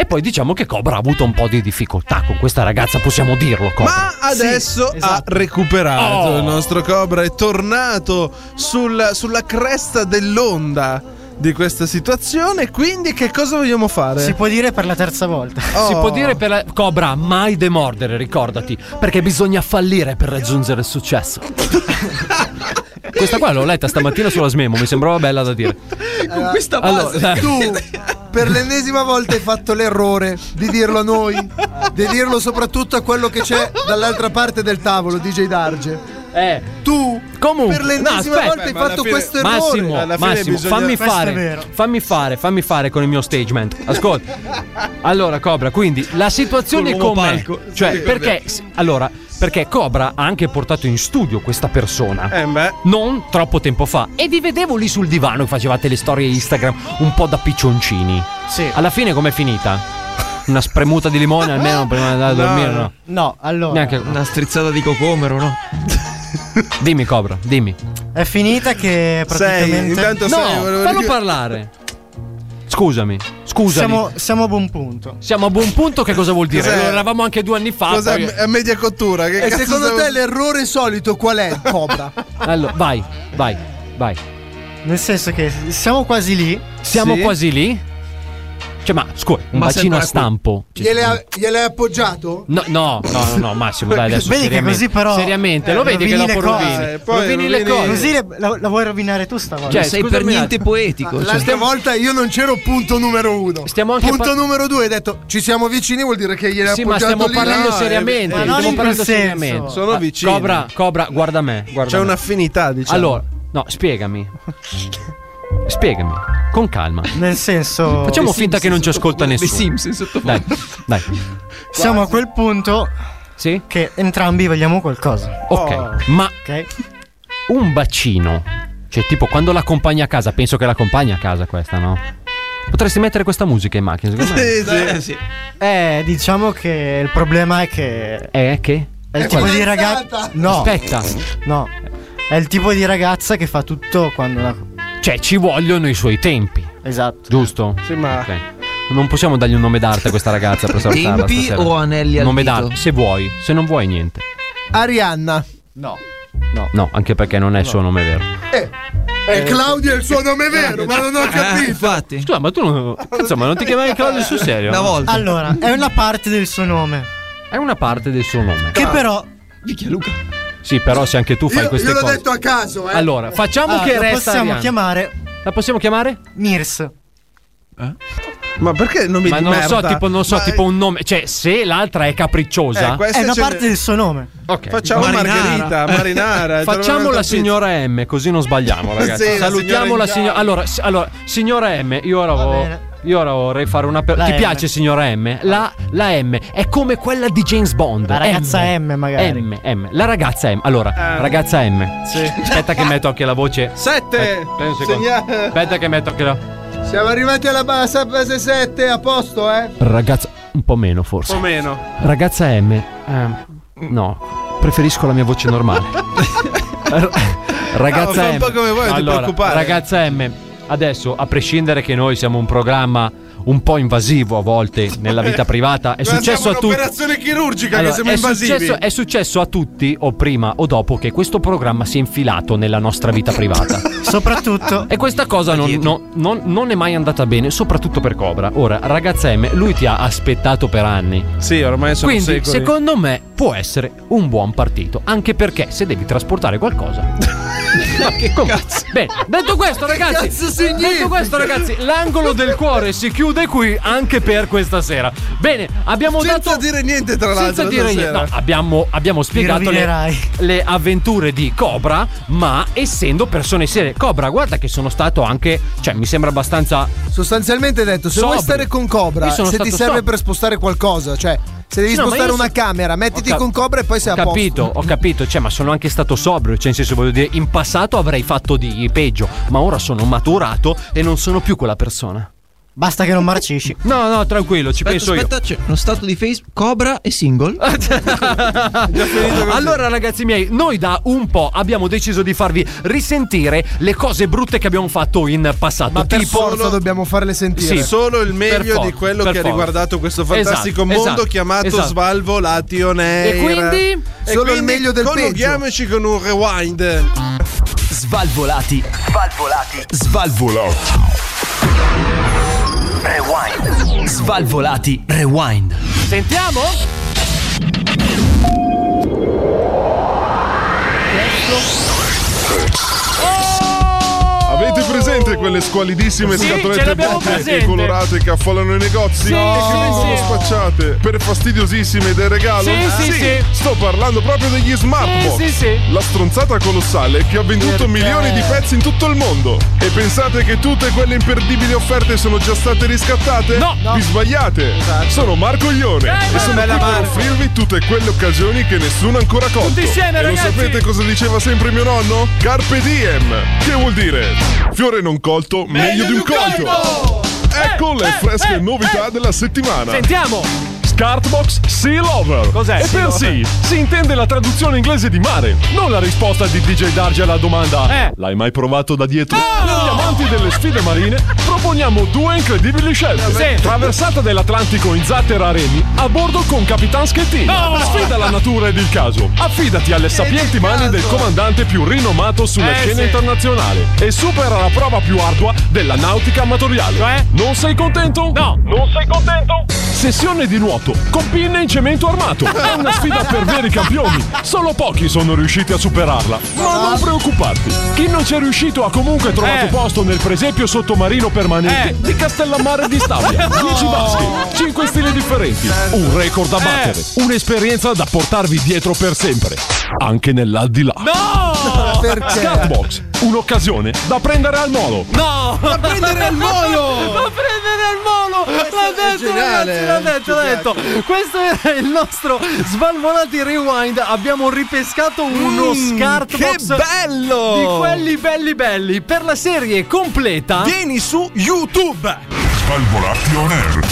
E poi diciamo che Cobra ha avuto un po' di difficoltà con questa ragazza, possiamo dirlo, Cobra.
Ma adesso ha recuperato il nostro Cobra, è tornato sul- sulla cresta dell'onda di questa situazione. Quindi, che cosa vogliamo fare?
Si può dire per la terza volta.
oh.
Si può dire per la... Cobra, mai demordere, ricordati, perché bisogna fallire per raggiungere il successo. Questa qua l'ho letta stamattina sulla Smemo, mi sembrava bella da dire.
Con questa
base. Allora,
tu per l'ennesima volta hai fatto l'errore di dirlo a noi, di dirlo soprattutto a quello che c'è dall'altra parte del tavolo, DJ Darge.
Eh.
Tu
Comunque,
per l'ennesima
no, aspetta.
volta hai
Ma alla
fatto
fine-
questo errore.
Massimo, Massimo, fammi
Questo è
fare,
vero.
fammi fare, fammi fare con il mio stagement. Ascolta. allora, Cobra, quindi la situazione
Con l'uomo
com'è?
palco.
Cioè,
Sì,
perché
vabbè.
allora, perché Cobra ha anche portato in studio questa persona.
Eh.
Eh,
Non troppo tempo fa. E vi vedevo lì sul divano che facevate le storie Instagram un po' da piccioncini. Sì. Alla fine com'è finita? Una spremuta di limone almeno prima di andare a dormire, no?
No, allora.
Neanche una strizzata di cocomero, no? dimmi, Cobra, dimmi.
È finita che praticamente.
no, fallo parlare. Scusami, scusami.
Siamo, siamo a buon punto.
Siamo a buon punto, che cosa vuol dire?
Cos'è?
Lo eravamo anche due anni fa.
Cos'è?
poi-
È
media cottura. Che
E secondo te l'errore solito qual è, Cobra?
Allora, vai, vai, vai.
Nel senso che siamo quasi lì.
Siamo quasi lì? Cioè, ma scusa, un
Ma
bacino a
sembra-
stampo. Ci-
Gliele ha- gliel'hai appoggiato?
No, no, no, no, no, Massimo, dai adesso.
Vedi che
seriamente.
così però-
Seriamente, lo
eh,
vedi che
rovini
dopo
le cose,
rovini.
eh, poi
rovini le cose.
Così le- la, la vuoi rovinare tu stavolta.
Cioè, Non sei per scusami, niente la- poetico,
Ma
cioè.
L'altra
Stiamo-
volta io non c'ero punto numero uno. punto numero due, hai detto ci siamo vicini, vuol dire che gliel'hai
Sì, ma
appoggiato
stiamo
lì, eh,
parlando
là, e-
seriamente.
e-
stiamo parlando seriamente.
Sono
Ma-
vicini.
Cobra, Cobra, guarda me. guarda
C'è
me.
un'affinità, diciamo.
Allora, no, spiegami. Spiegami, con calma.
Nel senso.
Facciamo finta che non ci ascolta nessuno. Dai, dai.
Siamo a quel punto.
Sì?
Che entrambi vogliamo qualcosa.
Ok, ma un bacino, cioè tipo quando l'accompagni a casa, penso che l'accompagni a casa questa, no? Potresti mettere questa musica in macchina, secondo me.
Eh, diciamo che il problema è che.
È che?
È il
Eh,
tipo
qual è?
di ragazza. No.
Aspetta.
No. È il tipo di ragazza che fa tutto quando. la-
Cioè, ci vogliono i suoi tempi.
Esatto.
Giusto?
Sì, ma-
Ok. Non possiamo dargli un nome d'arte a questa ragazza per salutarla
Tempi
stasera.
o anelli al
Nome
dito?
d'arte, se vuoi, se non vuoi niente.
Arianna.
No.
No, anche perché non è il suo nome vero.
Eh,
E Claudio è il suo nome vero, ma non ho capito.
infatti. Scusa, ma tu non, cazzo, ma non ti chiamavi Claudio sul serio?
Allora, è una parte del suo nome.
È una parte del suo nome.
Che però.
Sì, però se anche tu fai
Io-
queste
io l'ho
cose.
detto a caso, eh.
Allora, facciamo
Ah,
che
la
resta
possiamo
Arianna.
chiamare-
La possiamo chiamare?
Mirs.
Ma perché non mi
Ma non lo so, tipo, non lo so,
Ma-
tipo un nome. Cioè, se l'altra è capricciosa,
Eh, questa È una ce parte ne- del suo nome.
Ok.
Facciamo Marinara. Margherita, Marinara,
Eh, Facciamo
troviamo
la
una
signora M, così non sbagliamo, ragazzi.
Sì, la
Salutiamo
signora
la
in
signora. Allora, si- allora, signora M, io ora, vo- io ora vorrei fare una. per-
La
Ti
M.
piace, signora M? La, la M è come quella di James Bond.
La ragazza M, magari.
M, M. La ragazza M. Allora,
Eh.
ragazza M. Aspetta, che metto anche la voce.
Sette.
Aspetta, aspetta un secondo.
Segna-
Aspetta, che metto anche la.
Siamo arrivati alla base, base 7, a posto, eh?
Ragazza. Un po' meno, forse.
Un po' meno.
Ragazza M. ehm,
Eh.
no, preferisco la mia voce normale. Ra-
Ah,
ragazza
fa
M.
un po' come vuoi, non ti
allora,
preoccupare.
Ragazza M. Adesso, a prescindere che noi siamo un programma un po' invasivo a volte nella vita privata, è successo a tutti.
Eh, un'operazione chirurgica
Allora,
che siamo
è,
invasivi.
successo, è successo a tutti, o prima o dopo, che questo programma si è infilato nella nostra vita privata.
Soprattutto.
E questa cosa non, no- non- non è mai andata bene, soprattutto per Cobra. Ora, ragazza M, lui ti ha aspettato per anni.
Sì, ormai sono
Quindi,
secoli.
secondo me, può essere un buon partito. Anche perché se devi trasportare qualcosa. Ma che cazzo? Bene, detto questo, ragazzi.
cazzo significa?
detto questo, ragazzi, l'angolo del cuore si chiude qui anche per questa sera. Bene, abbiamo dato. Senza
dire niente, tra l'altro,
Senza dire niente.
stasera.
No, abbiamo, abbiamo spiegato le,
rovinerai.
le avventure di Cobra, ma essendo persone serie. Cobra, guarda che sono stato anche. Cioè, mi sembra abbastanza.
Sostanzialmente detto, se
Sobri.
vuoi stare con Cobra,
Io
se
sono
ti
stato
serve
sobrio.
per spostare qualcosa, cioè se devi
Sì, no, ma
spostare
io
una
so-
camera, mettiti
Ho cap-
con Cobra e poi sei
Ho
a
capito,
posto.
ho capito, cioè, ma sono anche stato sobrio, cioè, in senso voglio dire, in passato avrei fatto di peggio, ma ora sono maturato e non sono più quella persona.
Basta che non marcisci.
No, no, tranquillo, ci penso io.
aspetta, c'è uno stato di Facebook, Cobra e single.
allora, ragazzi miei, noi da un po' abbiamo deciso di farvi risentire le cose brutte che abbiamo fatto in passato.
Ma per
tipo,
forza dobbiamo farle sentire.
Sì,
solo il
Per
meglio
forza,
di quello
per
che ha
forza.
riguardato questo fantastico
Esatto,
mondo
esatto,
chiamato
esatto.
Svalvolati on air.
E quindi?
E
Solo il
quindi
meglio del peggio.
Colleghiamoci con un rewind.
Svalvolati. Svalvolati. Svalvolati. Rewind. Svalvolati. Rewind.
Sentiamo?
Avete presente
quelle squalidissime
Sì, ce
scatolette
l'abbiamo
vuote e
presente.
colorate che affollano i negozi
Sì,
e
sì,
che vengono
sì.
spacciate per fastidiosissime del regalo?
Sì, sì, sì.
Sto parlando proprio degli smartbox.
Sì, sì, sì.
La stronzata colossale che ha venduto
Perché?
milioni di pezzi in tutto il mondo. E pensate che tutte quelle imperdibili offerte sono già state riscattate? No, vi sbagliate.
Esatto.
Sono Marco Ione
Eh,
e sono qui per offrirvi tutte quelle occasioni che nessuno ha ancora colto.
Tutti insieme,
e lo
ragazzi!
sapete cosa diceva sempre mio nonno? Carpe diem. Che vuol dire? Fiore non colto, meglio, di un colto. Ecco le fresche novità della settimana.
Sentiamo! Scartbox Sea Lover. Cos'è? E
Sea
per sì
Lover?
si intende la traduzione inglese di mare, non la risposta di DJ Darge alla
Eh.
domanda. L'hai mai provato da dietro?
Ah!
Per gli amanti delle sfide marine proponiamo due incredibili scelte.
Sì.
Traversata dell'Atlantico in zattera a remi, a bordo con Capitan Schettino.
No!
Sfida la natura ed il caso. Affidati alle sapienti mani del comandante più rinomato sulla
Eh,
scena
sì.
internazionale e supera la prova più ardua della nautica amatoriale.
Cioè?
Non sei contento? No. Non sei contento? Sessione di nuoto con pinne in cemento armato. È una sfida per veri campioni. Solo pochi sono riusciti a superarla. Ma non preoccuparti. Chi non ci è riuscito ha comunque trovato
Eh.
posto nel presepio sottomarino permanente di Castellammare di Stabia. 10 vasche, 5 stili differenti. Un record da battere. Un'esperienza da portarvi dietro per sempre. Anche nell'aldilà.
No! Perché?
Scatbox, un'occasione da prendere al molo.
No! Da prendere al volo!
Da prendere al volo! L'ha detto, ragazzi, l'ha detto,
eh,
l'ha detto. Questo era il nostro Svalvolati Rewind. Abbiamo ripescato uno
Mm,
scart
che
box
bello!
Di quelli belli belli. Per la serie completa,
vieni su YouTube.
Svalvolati on air.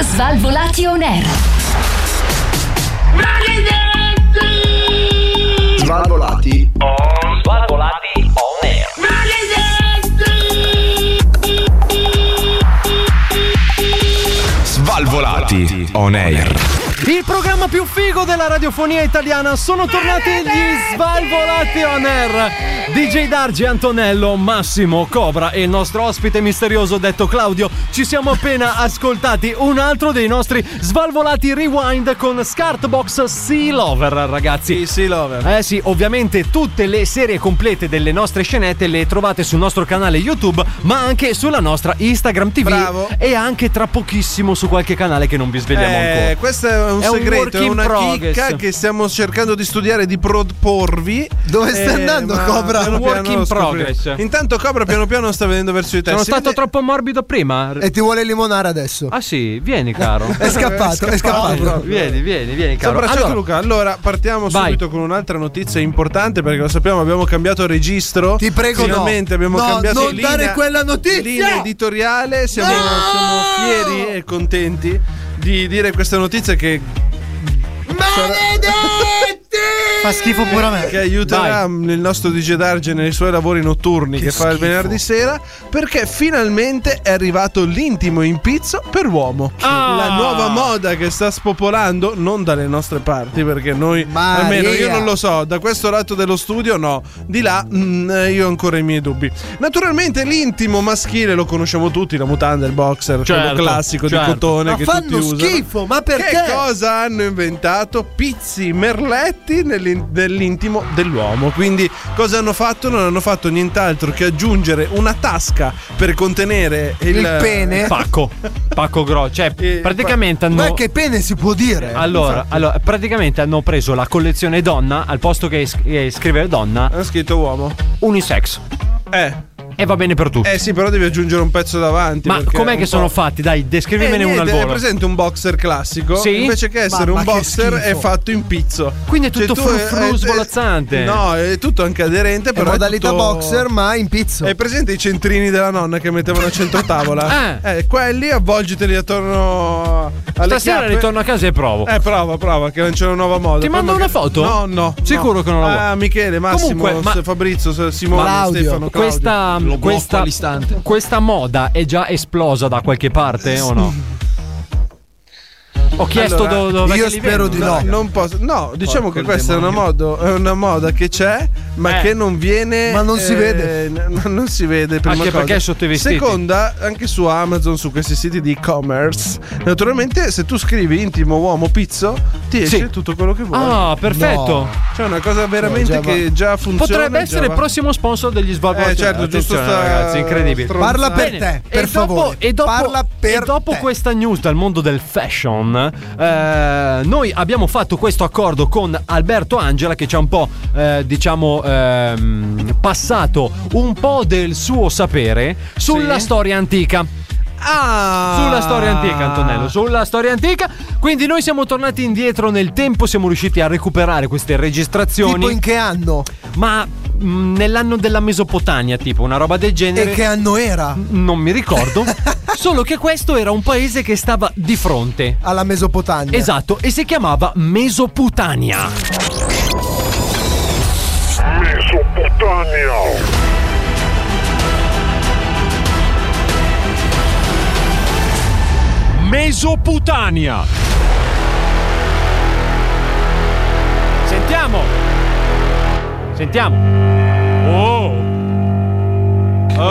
Svalvolati on air.
Svalvolati. Svalvolati on air. Svalvolati on air.
Il programma più figo della radiofonia italiana sono tornati gli Svalvolati on Air. DJ Dargi, Antonello, Massimo, Cobra e il nostro ospite misterioso detto Claudio. Ci siamo appena ascoltati un altro dei nostri Svalvolati Rewind con Scartbox Sea Lover, ragazzi. Sì,
Sea Lover.
Eh sì, ovviamente tutte le serie complete delle nostre scenette le trovate sul nostro canale YouTube, ma anche sulla nostra Instagram TV e anche tra pochissimo su qualche canale che non vi svegliamo
Eh,
ancora.
Questo è un
È un work
segreto, è
in
una
progress.
chicca che stiamo cercando di studiare, di proporvi. Eh,
Dove stai andando,
ma
Cobra?
piano
È un work
piano
in
lo scopriremo.
progress.
Intanto Cobra piano piano sta venendo verso
Eh,
di te.
Sono
Si
stato
vede-
troppo morbido prima.
E ti vuole limonare adesso.
Ah sì, vieni caro.
È scappato, è scappato.
Vieni, vieni, vieni caro.
Abbracciato
Allora,
Luca. Allora, partiamo
Vai.
subito con un'altra notizia importante perché lo sappiamo, abbiamo cambiato registro. Ti
prego, no.
Finalmente abbiamo
No,
cambiato
non
linea,
dare quella notizia!
linea editoriale, siamo, siamo fieri e contenti di dire questa notizia che
Fa schifo pure a me.
Che aiuterà il nostro DJ Darge nei suoi lavori notturni che, fa il
schifo.
venerdì sera. Perché finalmente è arrivato l'intimo in pizzo per uomo.
Ah!
La nuova moda che sta spopolando, non dalle nostre parti, perché noi almeno io non lo so, da questo lato dello studio no. Di là mm, io ho ancora i miei dubbi. Naturalmente l'intimo maschile lo conosciamo tutti, la mutanda, il boxer, quello
Certo,
classico
certo.
di cotone
Ma
che
fanno
tutti usano.
schifo, ma perché?
Che cosa hanno inventato pizzi merletti nell'in- nell'intimo dell'uomo? Quindi cosa hanno fatto? Non hanno fatto nient'altro che aggiungere una tasca per contenere il,
Pacco. Pacco grosso. Cioè,
Eh,
praticamente hanno.
Ma che pene si può dire?
Allora,
Infatti.
allora, praticamente hanno preso la collezione donna al posto che es- eh, scrivere donna.
Hanno scritto uomo.
Unisex.
Eh.
E va bene per tutti.
Eh sì, però devi aggiungere un pezzo davanti.
Ma
perché
com'è
un
che
po'-
sono fatti? Dai, descrivimene
Eh,
uno al
niente, È
volo.
presente un boxer classico.
Sì?
Invece che essere
Mamma,
un
che
boxer è
schifo.
fatto in pizzo.
Quindi è tutto
tu-
frufru
eh, eh,
svolazzante.
No, è tutto anche aderente. Però è
modalità
tutto-
boxer, ma in pizzo.
Certo.
Hai presente i centrini della nonna che mettevano a centro tavola?
Ah.
Eh, quelli avvolgiteli attorno alle
Stasera
chiappe.
ritorno a casa e provo.
Eh, prova, prova, che non c'è una nuova moda.
Ti
Poi
mando una
magari-
foto?
No, no.
Sicuro
no.
che non la vuoi.
Ah, Michele, Massimo,
Comunque, ma-
S- Fabrizio, S- Simone,
Claudio,
Stefano, Claudio.
questa, questa, questa moda è già esplosa da qualche parte o no? Ho chiesto do- dove che li vendono.
No, non posso- no, diciamo
Porco
che questa è
demonio.
una, modo- è una moda che c'è, ma
Eh.
che non viene. eh,
Ma non si vede.
n- non si vede prima
Anche
cosa.
perché è sotto i vestiti.
Seconda, anche su Amazon, su questi siti di e-commerce. Naturalmente, se tu scrivi intimo uomo pizzo, ti esce
Sì.
tutto quello che vuoi.
Ah, perfetto.
No. C'è una cosa veramente
No, già va.
che già funziona.
Potrebbe
già
essere il
va.
prossimo sponsor degli Svalvolati.
Eh, certo, giusto
Attenzione,
sta-
ragazzi, incredibile.
stronzata. Parla per te, per
e
favore.
Dopo, e dopo, e dopo questa news dal mondo del fashion, eh, noi abbiamo fatto questo accordo con Alberto Angela che ci ha un po', eh, diciamo, ehm, passato un po' del suo sapere sulla storia antica.
Ah!
Sulla storia antica, Antonello, sulla storia antica. Quindi noi siamo tornati indietro nel tempo, siamo riusciti a recuperare queste registrazioni.
Tipo in che anno?
Ma mh, nell'anno della Mesopotamia, tipo una roba del genere.
E che anno era?
Non mi ricordo. solo che questo era un paese che stava di fronte.
Alla Mesopotamia.
Esatto, e si chiamava Mesoputania.
Mesoputania.
Sentiamo. Sentiamo. Oh.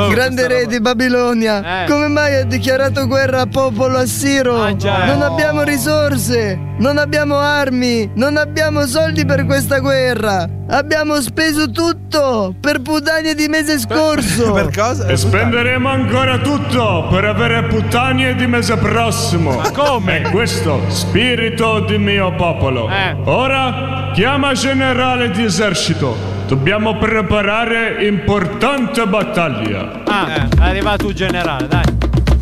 Grande re di Babilonia,
Eh.
come mai ha dichiarato guerra al popolo assiro? Non abbiamo risorse, non abbiamo armi, non abbiamo soldi per questa guerra. Abbiamo speso tutto per puttanie di mese scorso. per
cosa?
E spenderemo ancora tutto per avere puttanie di mese prossimo. Ma come? Eh. questo spirito di mio popolo. Ora chiama generale di esercito. Dobbiamo preparare importante battaglia.
Ah, è arrivato un generale, dai.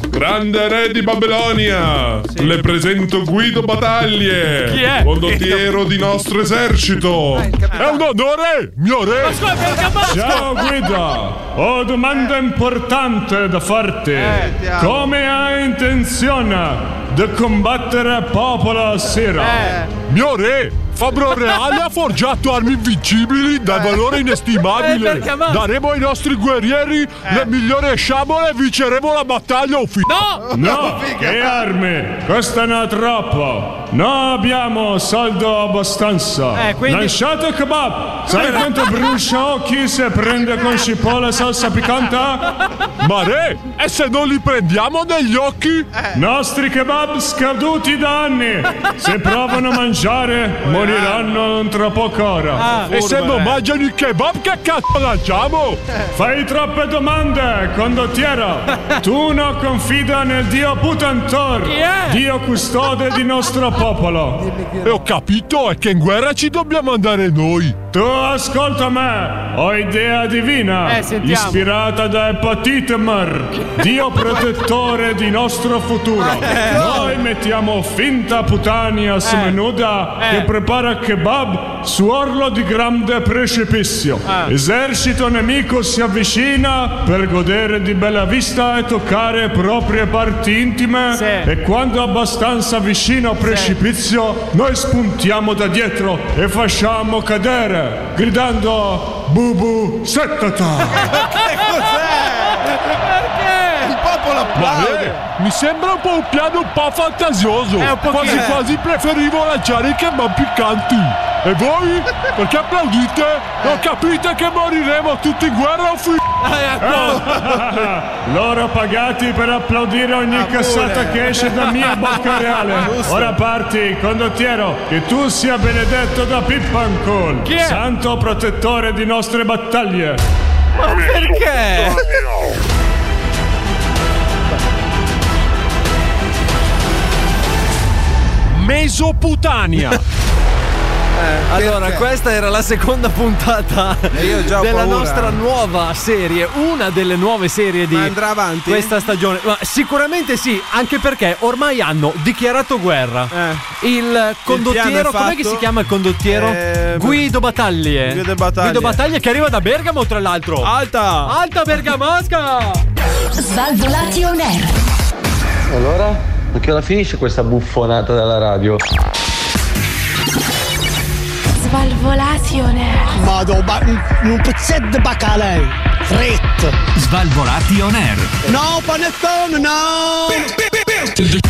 Grande re di Babilonia, le presento Guido Battaglie,
Chi è? Ah,
condottiero di nostro esercito.
È un onore, mio re. Ma scusa,
Ciao Guido, ho domanda importante da farti.
Eh, ti amo.
Come hai intenzione di combattere popolo assiro?
Eh. Mio re, Fabbro Reale ha forgiato armi invincibili dal valore
Eh,
inestimabile.
perché ma-
Daremo ai nostri guerrieri le migliori sciabole e vinceremo la battaglia ufficiale.
No, che armi? Questa ne ha troppo. Non abbiamo soldo abbastanza.
Eh, quindi-
Lasciate kebab. Sai quanto brucia occhi se prende con cipolla e salsa piccante?
Ma re, e se non li prendiamo negli occhi?
Nostri kebab scaduti da anni. Se provano a mangiare, moriranno tra poco ora.
e se non mangiano il kebab che cazzo lanciamo?
Fai troppe domande, condottiero! Tu non confida nel dio Putantor, dio custode di nostro popolo.
E ho capito, è che in guerra ci dobbiamo andare noi.
Tu ascolta me, ho idea divina,
Eh, sentiamo.
ispirata da Epatitemar, dio protettore di nostro futuro.
Eh.
Noi mettiamo finta putania semenuda
Eh.
che prepara kebab su orlo di grande precipizio.
Eh.
Esercito nemico si avvicina per godere di bella vista e toccare proprie parti intime e quando abbastanza vicino al precipizio noi spuntiamo da dietro e facciamo cadere gridando Bubu settata!
Il
popolo
applaude. mi sembra un po' un piano un po' fantasioso.
È un pochino.
quasi quasi preferivo lanciare i kebab piccanti. E voi? Perché applaudite? Non capite che moriremo tutti in guerra o fi... Eh.
Loro pagati per applaudire ogni cassata che esce da mia bocca reale.
Giusto.
Ora parti, condottiero, che tu sia benedetto da Pippancol,
Chi è?
santo protettore di nostre battaglie.
Ma perché? Mesoputania.
allora,
perché?
questa era la seconda puntata
E io già ho
della
paura.
nostra nuova serie, una delle nuove serie di questa stagione. Ma sicuramente sì, anche perché ormai hanno dichiarato guerra. Il
Eh. piano è
condottiero,
fatto.
com'è che si chiama il condottiero?
Eh,
Guido Battaglie.
Guido Battaglie. Ah.
Guido Battaglie che arriva da Bergamo, tra l'altro.
Alta!
Alta Bergamasca!
Svalvolati on air.
Allora, a che ora finisce questa buffonata della radio?
Svalvolati on air. Vado, ba- un pezzetto di bacalè.
eh.
Fritto.
Svalvolati on air.
No, panettone, no!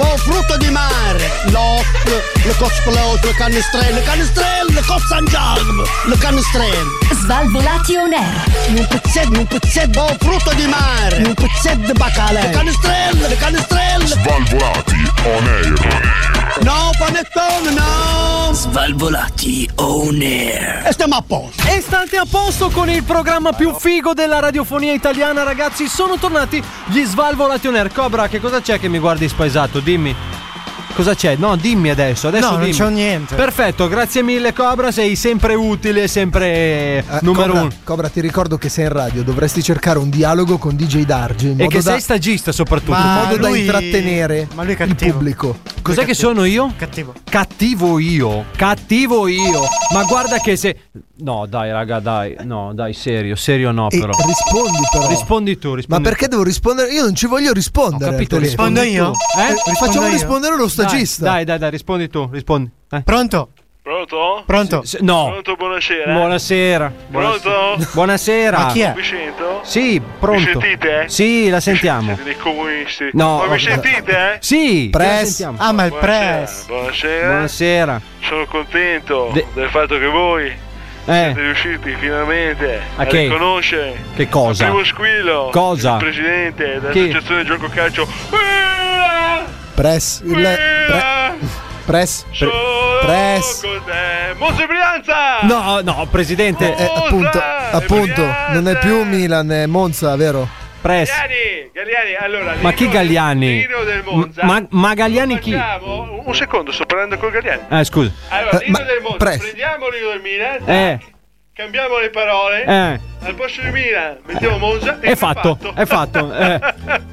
Oh frutto di mare, l'oc, le cosplot, le canestrelle, le canestrelle, le cozzangiarm, le canestrelle. Svalvolati on air. Un pezzetto, un pezzetto, oh frutto di mare, un pezzetto di baccalà. Le canestrelle, le canestrelle.
Svalvolati on air.
No panettone, no. Svalvolati on air. E stiamo a posto.
E state a posto con il programma più figo della radiofonia italiana, ragazzi. Sono tornati gli Svalvolati on Air. Cobra, che cosa c'è che mi guardi spaesato? Dimmi. Cosa c'è? No, dimmi adesso. adesso
No, non
dimmi.
c'ho niente.
Perfetto, grazie mille, Cobra. Sei sempre utile, sempre eh, numero
Eh, Cobra,
uno.
Cobra, ti ricordo che sei in radio, dovresti cercare un dialogo con DJ Darge. In
E
modo
che
da,
sei Ah, stagista, soprattutto.
in modo da intrattenere il pubblico.
Cos'è che sono io? Cattivo. Cattivo io. Cattivo io. Ma guarda che se. No, dai, raga, dai. No, dai, serio, serio no,
E
però.
rispondi però.
Rispondi tu,
Ma
rispondi tu.
perché devo rispondere? Io non ci voglio rispondere. al
Mm. Capito,
telefono.
rispondo io?
Eh? Facciamo rispondere lo stagista.
Dai, dai, dai, rispondi tu, rispondi. Eh. Pronto?
Pronto?
Pronto? no.
Pronto, buonasera.
Buonasera.
Pronto?
Buonasera. Buonasera.
Mi sento?
Sì, pronto.
Mi sentite?
Sì, la sentiamo.
Siete dei comunisti.
No,
Ma
vabbè.
mi sentite?
Sì, la
Press.
sentiamo.
Ah, ma il Buonasera, press. buonasera.
Buonasera.
Sono contento
De-
del fatto che voi
Eh.
siete riusciti finalmente
A
a,
che?
riconoscere
Che cosa?
il primo squillo
Cosa?
del presidente
Chi?
dell'associazione gioco calcio
Press. Il pre- press. press.
Monza e eh, Brianza!
No, no, presidente.
Oh,
Eh, appunto, appunto, non è più Milan, è Monza, vero?
Press.
Galliani, Galliani, allora
Ma chi Gagliani?
Lino del Monza.
Ma, ma Gagliani chi?
Andiamo, un secondo, sto parlando con Galliani.
Eh, scusa.
Allora,
Eh,
Lino
ma-
del Monza,
press.
prendiamo Lino del Milan,
Eh.
cambiamo le parole,
Eh.
al posto di Milan mettiamo Monza e
È fatto, è fatto. eh.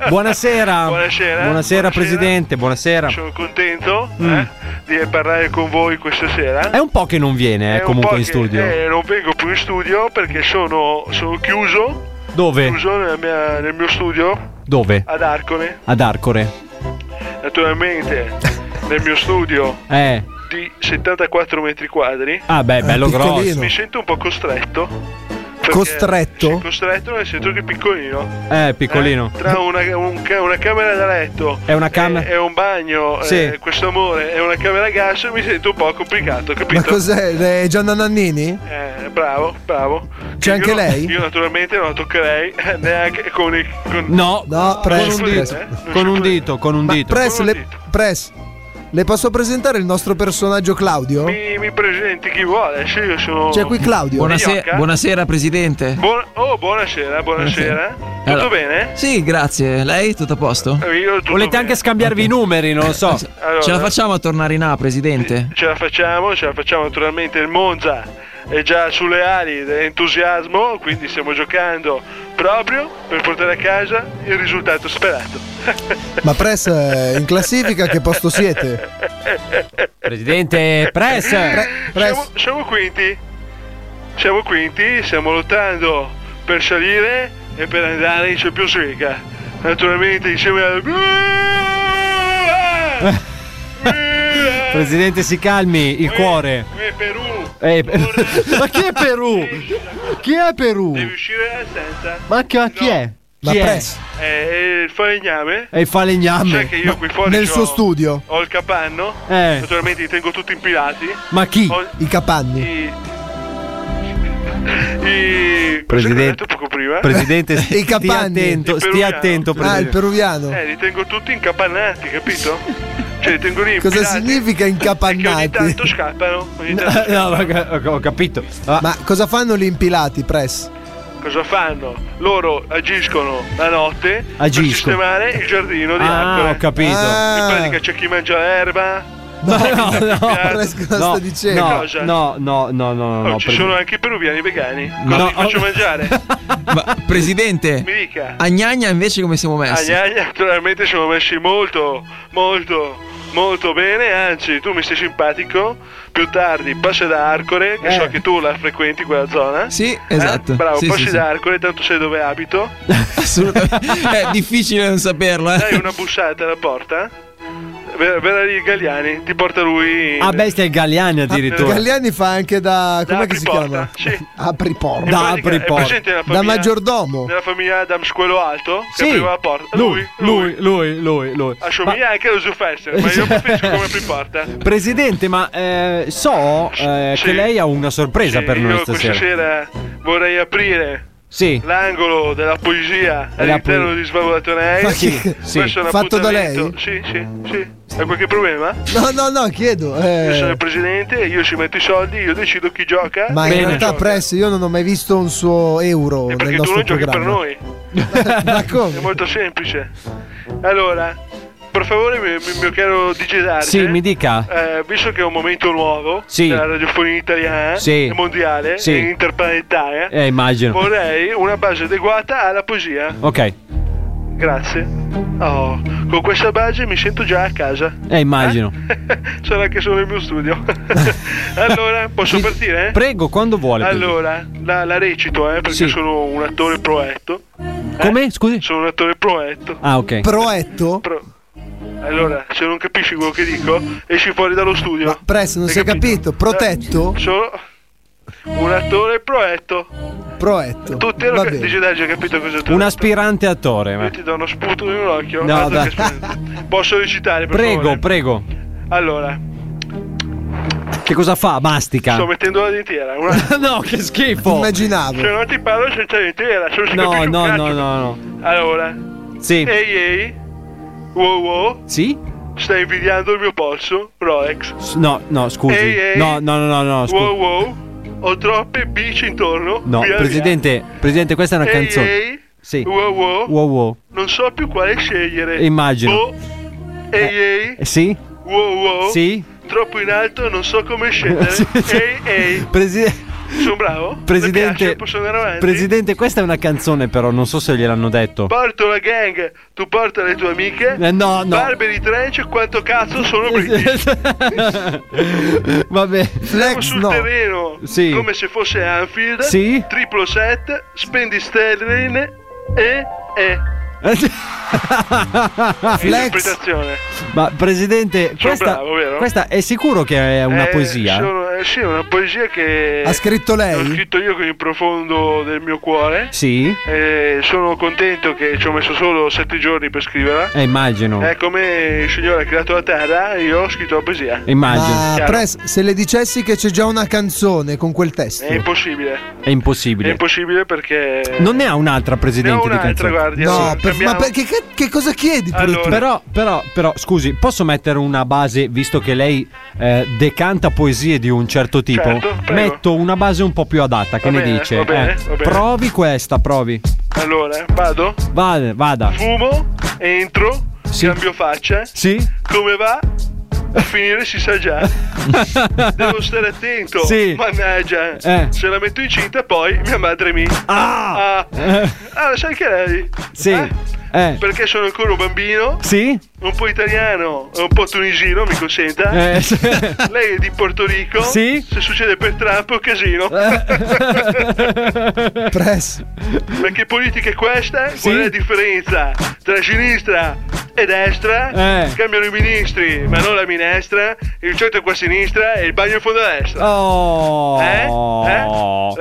Buonasera.
eh. Buonasera.
Buonasera, presidente, buonasera.
Sono contento
Mm.
eh, di parlare con voi questa sera.
È un po' che non viene, eh,
È un po'
comunque in
che,
studio.
eh, non vengo più in studio perché sono, sono chiuso,
Dove?
chiuso nella mia- nel mio studio
Dove?
ad Arcole.
Ad Arcore.
Naturalmente nel mio studio
Eh.
di 74 metri quadri.
Ah, beh, bello grosso.
Mi sento un po' costretto. perché-
Costretto?
Sì, costretto nel senso che piccolino.
Eh, piccolino.
Eh, tra una, un ca- una camera da letto
È una camera-
e, e un bagno,
Sì.
eh, questo amore e una camera a gas mi sento un po' complicato, capito?
Ma cos'è? È Gianna Nannini?
Eh, bravo, bravo.
C'è anche
Io-
lei?
Io naturalmente non la toccherei eh, neanche con il. Con...
No,
No,
con
press.
un
press.
dito, eh? Non
Con un dito, con un
Ma
dito.
press,
Con un
le, press, le posso presentare il nostro personaggio Claudio?
Mi, mi presenti chi vuole, sì, io sono.
C'è qui Claudio.
Gnocca.
presidente.
Buona- oh, buonasera, buonasera. Tutto
Allora-
bene? Eh,
Sì, grazie. Lei tutto a posto?
Io tutto
Volete
anche
scambiarvi i numeri, non lo so.
Allora-
Ce la facciamo a tornare in A, presidente?
Ce la facciamo, ce la facciamo naturalmente il Monza è già sulle ali dell'entusiasmo, quindi stiamo giocando proprio per portare a casa il risultato sperato.
Ma press eh, in classifica che posto siete?
Presidente Press.
Siamo, siamo quinti. Siamo quinti, stiamo lottando per salire e per andare in Champions League. Naturalmente insieme al
Presidente, si calmi, il cuore. Eh, per- Ma chi è Perù? Chi è Perù? Ma chi, chi è?
Ma
Chi è?
press. Eh, il falegname.
È il falegname.
Sai che io
Ma-
qui fuori
nel
c'ho-
suo studio.
Ho il capanno.
Eh.
Naturalmente li tengo tutti impilati.
Ma chi?
Ho-
I capanni.
I. I.
Presidente,
poco prima?
Presidente, stia attento,
Il
stia
peruviano.
attento.
Ah,
presidente.
Eh, li tengo tutti incapannati, capito? Cioè, li tengo lì
Cosa
impilati.
significa
Ogni
incapannati?
tanto scappano. Ogni tanto
No, no, ma ca- ho- ho capito. Ah,
Ma cosa fanno gli impilati, press?
Cosa fanno? Loro agiscono la notte
Agiscono.
per sistemare il giardino di
Ah,
Arcore.
ho capito.
In pratica c'è chi mangia l'erba.
No, no,
chi
no.
mangia-
no, No,
Cosa?
no, no, no, no, oh, no,
Oh, cioè, ci
presidente.
sono anche i peruviani vegani. Cosa
No.
ti faccio mangiare?
Ma, presidente, Ah,
Mi dica.
a Gnagna invece come siamo
A
messi?
Gnagna naturalmente siamo messi molto, molto, molto bene. Anzi, tu mi sei simpatico. Più tardi passi da Arcore, che
Eh.
so che tu la frequenti quella zona.
Sì, esatto.
Eh? Bravo,
Sì,
passi
sì, sì.
da Arcore, tanto sai dove abito.
Assolutamente. È difficile non saperlo, eh.
Dai una bussata alla porta. Ver- Verrà lì Galliani, ti porta lui. in-
Ah, bestia il Galliani addirittura.
Galliani fa anche da. Com'è che si
apriporta,
chiama?
sì.
Apriporta.
In pratica è presente nella
Da
famiglia-
maggiordomo.
Nella famiglia Adam Squelo Alto, che apriva la porta. Ah,
Lui, lui, lui, lui, lui.
Assomiglia anche allo Zufester, ma io preferisco come apriporta.
Presidente, ma eh, so eh, che lei ha una sorpresa per noi
Io questa
stasera.
sera vorrei aprire
Sì.
l'angolo della poesia
Della
all'interno
poe-
di Svalvolatonei.
Ma che- sì.
Questo è un
Fatto da
appuntamento- Sì, sì, sì. Hai qualche problema?
No, no, no, chiedo. eh,
Io sono il presidente, io ci metto i soldi, io decido chi gioca.
ma
Chi
in
non
realtà,
gioca.
Press, io non ho mai visto un suo euro nel
Perché tu
nostro
non giochi per
programma.
noi. È molto semplice. Allora, per favore, mi- mi- mio caro DJ Darge,
Sì, mi dica.
eh, visto che è un momento nuovo
Sì.
della radiofonia italiana
Sì.
e mondiale
Sì.
e interplanetaria,
Eh, immagino.
vorrei una base adeguata alla poesia.
Ok.
Grazie. Oh, con questa base mi sento già a casa.
Eh, immagino.
Sarà che sono nel mio studio. allora, posso partire? eh?
Prego, quando vuole. prego.
Allora, la, la recito, eh, perché
Sì.
sono un attore proetto.
Come? Scusi?
Sono un attore proetto.
Ah, ok.
Proetto?
Allora, se non capisci quello che dico, esci fuori dallo studio.
Press, non si è capito? Protetto?
Sono un attore proetto.
Proetto.
Tutti hanno capito. Dice Daggio, hai capito cosa tu
Un aspirante attore. ma-
Ti do uno sputo in un occhio.
No,
Altro
dai.
che aspirante. Posso recitare, per
Prego,
favore?
prego.
Allora,
Che cosa fa? Mastica.
sto mettendo la dentiera. Una...
no, che schifo. Immaginavo.
Se non ti parlo senza dentiera, se non si
No,
capisce un
no,
cazzo.
no, no, no.
Allora,
Sì.
ehi ehi, wow wow,
sì?
stai invidiando il mio polso, Rolex.
S- No, no, scusi.
Ehi, ehi.
No, no, no, no, no, scusi.
Wow wow, ho troppe bici intorno.
No,
via, via.
presidente, presidente, questa è una
Ehi,
canzone.
ehi.
Sì.
Wow, wow.
Wow, wow.
Non so più quale scegliere. Boh.
Immagino.
Oh, ehi ehi,
Eh, Sì?
wow wow.
Sì?
Troppo in alto, non so come scendere.
Sì, sì.
Ehi ehi,
Presi-
sono bravo.
Presidente-
Mi piace, posso andare avanti?
presidente, questa è una canzone però, non so se gliel'hanno detto.
Porto la gang, tu porta le tue amiche.
Eh, no, no.
Barberi Trench, quanto cazzo sono british.
Vabbè.
Siamo sul terreno,
Sì.
come se fosse Anfield.
Sì.
Triplo set, spendi sterline e e.
Flex.
Interpretazione.
Ma presidente,
Sono
questa,
bravo, vero?
questa è sicuro che è una
Eh,
poesia?
sono- eh, sì, è una poesia che
Ha scritto lei?
L'ho scritto io con il profondo del mio cuore.
Sì.
Eh, sono contento che ci ho messo solo sette giorni per scriverla.
Eh, immagino.
Eh, come il Signore ha creato la terra, io ho scritto la poesia.
Ma
Chiaro?
Press, Ah, se le dicessi che c'è già una canzone con quel testo.
È impossibile.
È impossibile.
È impossibile perché.
Non ne ha un'altra presidente
Eh, Ne ho
di
un'altra,
canzone.
guardi, No, allora, per- cambiamo. ma perché
che, cosa chiedi?
Allora. tu?
Però, però, però, scusi, posso mettere una base, visto che lei eh, decanta poesie di un certo tipo?
Certo, prego.
Metto una base un po' più adatta, che
Va
ne
bene,
dice?
va bene,
Eh,
va bene.
provi questa, provi.
Allora, vado.
Vada, vada.
Fumo, entro, cambio faccia.
Sì.
Come va? A finire si sa già. Devo stare attento.
Sì.
Mannaggia.
Eh.
Se la metto incinta, poi mia madre mi.
Ah!
Ah, Ah, sai che lei?
Sì. Eh.
Perché sono ancora un bambino.
Sì?
Un po' italiano, un po' tunisino, mi consenta.
Eh, sì.
Lei è di Porto Rico.
Sì.
Se succede per Trump è un casino.
Eh.
Press.
Perché politica è questa?
Sì.
Qual è la differenza tra sinistra e destra?
Eh.
Cambiano i ministri, ma non la minestra. Il centro è qua a sinistra e il bagno in fondo a destra.
Oh!
Eh? Eh?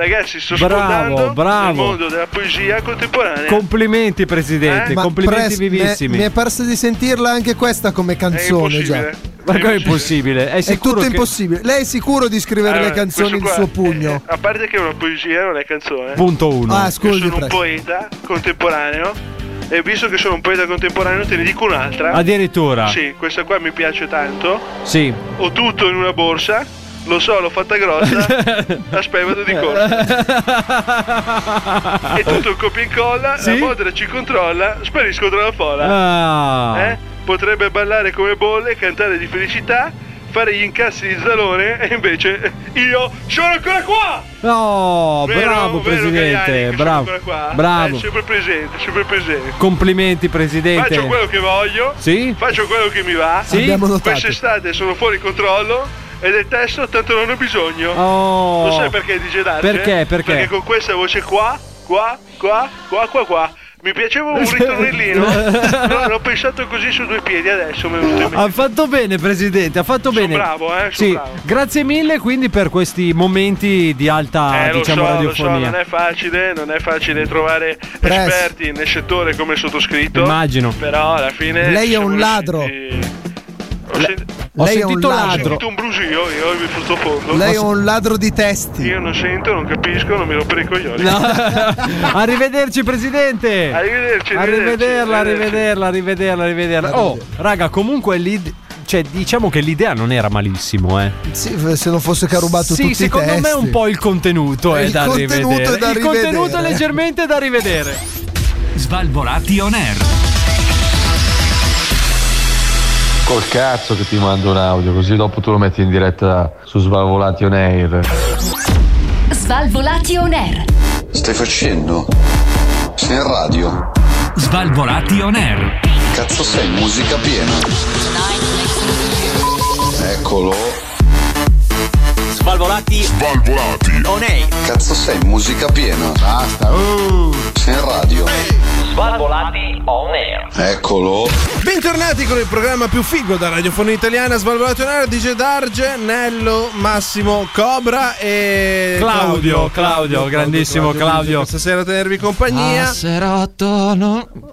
Ragazzi, sto
Bravo,
sfruttando
bravo.
il mondo della poesia contemporanea.
Complimenti, presidente,
Eh? Ma
complimenti
Press,
vivissimi.
Mi è, mi è parso di sentirla anche questa come canzone. già.
Ma come è impossibile? È,
È
sicuro
tutto
che-
impossibile. Lei è sicuro di scrivere
Eh,
Allora,
le canzoni
questo
in
qua
suo pugno?
A parte che è una poesia, non è canzone.
Punto uno.
Ah, scusi,
Io sono un
Press.
poeta contemporaneo. E visto che sono un poeta contemporaneo, te ne dico un'altra.
Ah,
Addirittura.
Sì, Eh. questa qua mi piace tanto.
Sì.
Ho tutto in una borsa. Lo so, l'ho fatta grossa. Aspetta, vado di corsa. e tutto il copia e incolla.
Sì?
La modera ci controlla. Sparisco tra la fola.
Ah.
Eh? Potrebbe ballare come bolle, cantare di felicità, fare gli incassi di Zalone e invece io sono ancora qua!
No, Oh,
Vero,
bravo
vero,
presidente,
Gagliani, che sono
bravo.
ancora qua.
Bravo.
Eh, sempre presente, sempre presente.
Complimenti presidente.
Faccio quello che voglio,
Sì?
faccio quello che mi va.
Sì? Abbiamo notato.
Quest'estate sono fuori controllo e del testo tanto non ho bisogno.
Oh.
Lo sai perché dice Darge?
Perché, perché?
Perché con questa voce qua, qua, qua, qua, qua, qua. Mi piaceva un ritornellino. No, l'ho pensato così su due piedi adesso. mi è venuto in mente.
Ha fatto bene, presidente, ha fatto bene.
bravo, eh, sono
Sì,
bravo.
grazie mille quindi per questi momenti di alta
Eh, lo
diciamo
so, lo so,
radiofonia.
non è facile, non è facile trovare esperti nel settore come il sottoscritto.
Immagino.
Però alla fine.
Lei
ci
è
siamo
un ladro.
Ho, sen-
Ho Lei è un sentito- ladro.
Ho sentito un brusio, io mi sottofondo.
Lei è un ladro di testi.
Io non sento, non capisco, non mi rompere i coglioni.
Arrivederci presidente.
Arrivederci, arrivederci,
Arrivederla,
arrivederci.
arrivederla, arrivederla, arrivederla. Oh, raga, comunque l'id- cioè, diciamo che l'idea non era malissimo, eh.
Sì, se non fosse che ha rubato
Sì,
tutti i
secondo me un po' il contenuto è
Il
da
contenuto
rivedere.
è da
il contenuto è
rivedere.
leggermente da rivedere.
Svalvolati on air.
Col cazzo che ti mando un audio, così dopo tu lo metti in diretta su Svalvolati on Air.
Svalvolati on air.
Stai facendo? Sei in radio?
Svalvolati on air.
Cazzo sei, musica piena. Eccolo.
Svalvolati. Svalvolati. On air.
Cazzo sei, musica piena. Basta. Sei in radio?
Svalvolati on air.
Eccolo.
Bentornati con il programma più figo da radiofonia italiana Svalvolato in aria, dice Darge, Nello, Massimo, Cobra e
Claudio, Claudio, grandissimo Claudio.
Stasera a tenervi
Ah,
compagnia.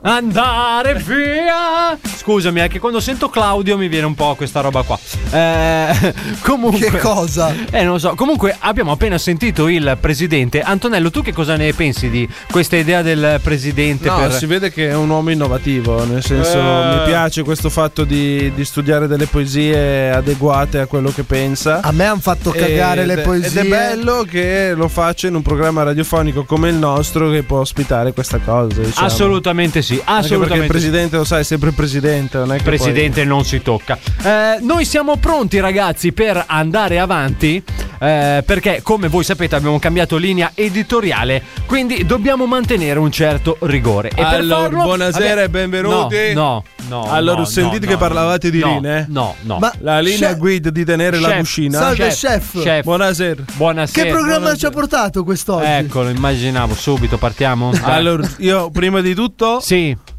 Andare via. Scusami, è che quando sento Claudio mi viene un po' questa roba qua. Eh, comunque, che cosa? Eh, non lo so. Comunque, abbiamo appena sentito il presidente. Antonello, tu che cosa ne pensi di questa idea del presidente?
No,
per...
si vede che è un uomo innovativo, nel senso
Eh.
mi piace questo fatto di, di studiare delle poesie adeguate a quello che pensa.
A me hanno fatto
Eh, Ed-
cagare le poesie.
Ed è bello che lo faccia in un programma radiofonico come il nostro che può ospitare questa cosa. diciamo.
Assolutamente sì,
Anche perché il
assolutamente sì.
presidente lo sai, è sempre il presidente. Non è che
Presidente non si tocca. Eh, noi siamo pronti ragazzi per andare avanti eh, perché come voi sapete abbiamo cambiato linea editoriale quindi dobbiamo mantenere un certo rigore. E per
Allora,
farlo
buonasera
abbiamo-
e benvenuti.
No, no, no,
Allora,
no,
ho sentito
no,
che
no,
parlavate di
no,
linee.
No, no.
Ma la linea guida di tenere la
Chef,
cuscina.
salve, chef.
Buonasera.
Buonasera.
Che programma
buonasera.
ci ha portato quest'oggi?
Eccolo, immaginavo subito, partiamo. Dai.
Allora, io prima di tutto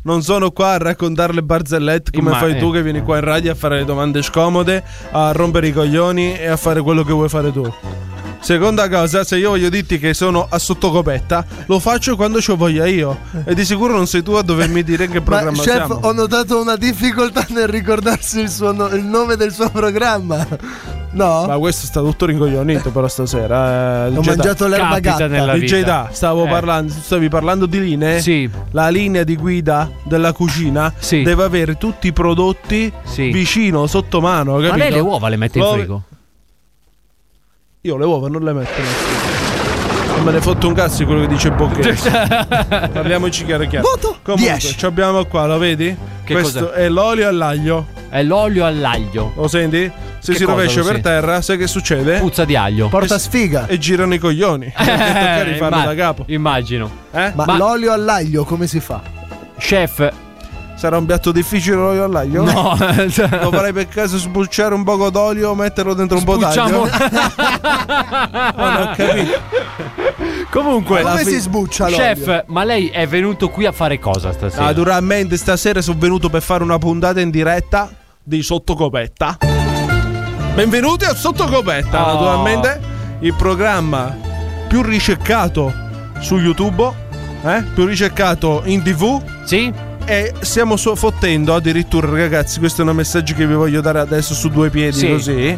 non sono qua a raccontare le barzellette come
Imma-
fai tu
eh.
che vieni qua in radio a fare le domande scomode, a rompere i coglioni e a fare quello che vuoi fare tu. Seconda cosa, se io voglio dirti che sono a sottocopetta, lo faccio quando ci ho voglia io. E di sicuro non sei tu a dovermi dire in che
Ma
programma
chef, oh
siamo.
ho notato una difficoltà nel ricordarsi il, suo no- il nome del suo programma. No?
Ma questo sta tutto rincoglionito però stasera. eh,
Ho
DJ Da.
mangiato l'erba Capita gatta. nella
DJ
vita.
Da, stavo
Eh.
parlando, stavi parlando di linee.
Sì.
La linea di guida della cucina deve avere tutti i prodotti vicino, sotto mano.
Ma
Capito?
lei le uova le mette in
Lo-
frigo?
Io le uova non le metto in frigo. Non me ne fotto un cazzo di quello che dice Bocchetti. Parliamoci chiaro chiaro.
Voto
Comunque,
10.
ci abbiamo qua, lo vedi?
Che
Questo
cos'è?
è l'olio all'aglio.
È l'olio all'aglio.
Lo senti? Se
Che
si
cosa
rovescia
lo
per
senti?
terra, sai che succede?
Puzza di aglio.
Porta
E-
sfiga.
E girano i coglioni. Perché tocca rifarlo
immag-
da capo. Eh?
Immagino.
Ma,
Eh, Ma-
l'olio all'aglio come si fa?
Chef.
Sarà un piatto difficile l'olio all'aglio?
No.
Lo farei per caso sbucciare un poco d'olio, metterlo dentro un Ah, po' d'aglio.
Comunque,
Come si sbuccia l'olio?
Chef, ma lei è venuto qui a fare cosa stasera?
Ah, Naturalmente stasera sono venuto per fare una puntata in diretta di Sottocopetta. Benvenuti a Sottocopetta,
Oh.
naturalmente il programma più ricercato su YouTube, eh? più ricercato in TV.
Sì.
E stiamo so- fottendo addirittura, ragazzi, questo è un messaggio che vi voglio dare adesso su due piedi
Sì.
così.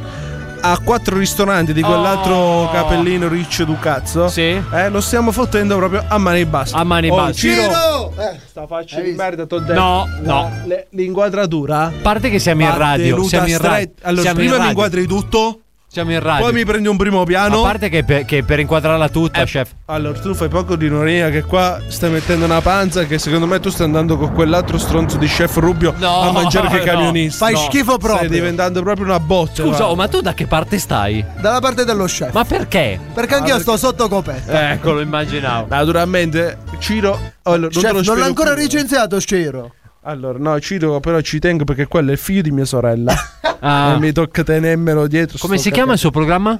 A quattro ristoranti di quell'altro
Oh.
capellino riccio Ducazzo.
Sì.
Eh, lo stiamo fottendo proprio a mani basse.
A mani
Oh,
basse.
Ciro,
Eh,
sta faccia di merda, t'ho detto.
No,
La-
no.
le- l'inquadratura. A
parte che siamo in
va
radio.
tenuta
Siamo in radio.
stretta. Allora,
siamo
prima
in
mi
radio.
inquadri tutto.
Siamo in radio.
Poi mi Eh, prendi un primo
A
piano.
parte che per, che per inquadrarla tutta, chef.
Allora, tu fai poco di ironia che qua stai mettendo una panza che secondo me tu stai andando con quell'altro stronzo di chef Rubio
No,
a mangiare che
no.
camionista.
Fai schifo proprio.
Stai diventando proprio una botta.
Scusa,
guarda.
oh, ma tu da che parte stai?
Dalla parte dello chef.
Ma perché?
Perché anch'io sto sotto coperta.
Eh,
Ecco, lo immaginavo.
Naturalmente, Ciro. allora,
Chef,
te lo
non,
spiego
l'ha ancora
più.
recensiato Ciro.
Allora, no, Ciro, però ci tengo perché quello è il figlio di mia sorella.
Ah.
E Eh, mi tocca tenermelo dietro.
Come si chiama il suo programma?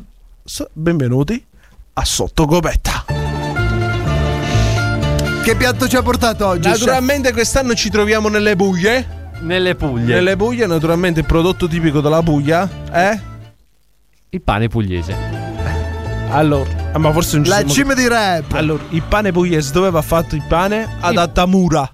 Benvenuti a Sottogobetta.
Che piatto ci ha portato oggi?
Naturalmente quest'anno ci troviamo nelle Puglie.
Nelle Puglie.
Nelle Puglie, naturalmente il prodotto tipico della Puglia eh? è
il pane pugliese.
Allora, ah, ma forse non ci
La
siamo-
cima di rap.
Allora, il pane pugliese dove va fatto il pane? Ad Attamura.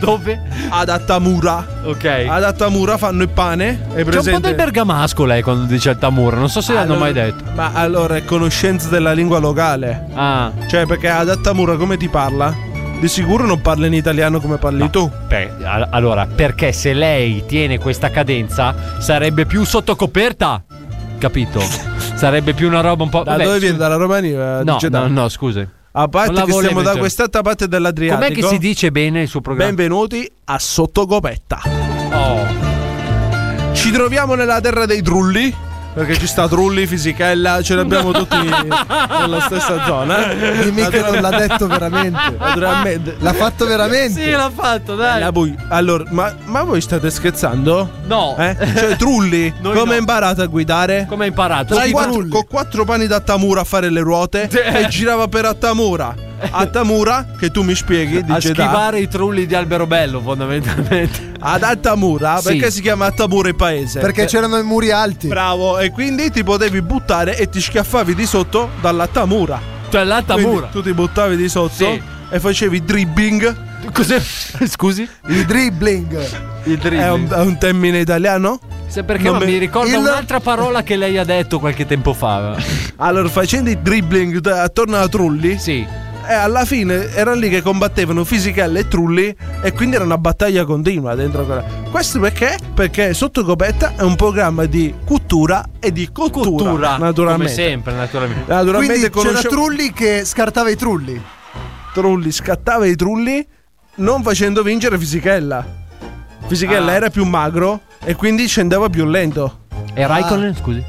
dove?
Ad Attamura.
Ok.
Ad Attamura fanno il pane. È
C'è un po'
presente? Ah,
del bergamasco lei quando dice il tamuro, Ah, non so se l'hanno mai detto.
Ma allora è conoscenza della lingua locale.
Ah.
Cioè, perché ad Attamura come ti parla? Di sicuro non parla in italiano come parli tu.
Beh, a- allora, perché se lei tiene questa cadenza sarebbe più sotto coperta, capito? Sarebbe più una roba un po'...
Da
vabbè,
dove
su-
viene? Dalla Romania? eh,
No,
Dice
no,
Dante.
no, scusi.
A
Non la
parte che
volevo
siamo da
dire.
quest'altra parte dell'Adriatico.
Com'è che si dice bene il suo programma?
Benvenuti a Sottocopetta.
Oh.
Ci troviamo nella terra dei trulli. Perché ci sta Trulli, Fisichella, ce l'abbiamo tutti nella stessa zona.
Dimmi che non l'ha detto veramente.
Naturalmente.
L'ha fatto veramente.
Sì, l'ha fatto, dai.
La bui- Allora, ma, ma voi state scherzando?
No.
Eh? Cioè, Trulli,
Noi
come
no.
ha imparato a guidare?
Come ha imparato?
Con
Sì,
quattro,
Trulli.
con quattro pani da Tamura a fare le ruote
Eh.
e girava per Attamura. Attamura, che tu mi spieghi,
A
dice da-
schivare i trulli di Alberobello, fondamentalmente.
Ad Attamura?
Sì.
Perché si chiama Attamura il paese?
Perché c'erano i muri alti.
Bravo, e quindi ti potevi buttare e ti schiaffavi di sotto dall'Attamura.
Cioè l'Attamura.
Quindi Tu ti buttavi di sotto
Sì.
e facevi dribbling.
Cos'è? Scusi?
Il dribbling.
Il
È un, è un termine italiano?
Se perché
Non
ma
me-
mi ricorda
Il-
un'altra parola che lei ha detto qualche tempo fa.
Allora, facendo i dribbling da- attorno a Trulli. E alla fine erano lì che combattevano Fisichella e Trulli e quindi era una battaglia continua dentro quella. Questo perché? Perché Sotto Copetta è un programma di cottura e di cottura,
Come
naturalmente.
sempre, naturalmente.
Naturalmente
Quindi c'era
conoscevo-
Trulli che scartava i trulli.
Trulli scattava i trulli non facendo vincere Fisichella. Fisichella
Ah.
era più magro e quindi scendeva più lento.
E Raikkonen, scusi?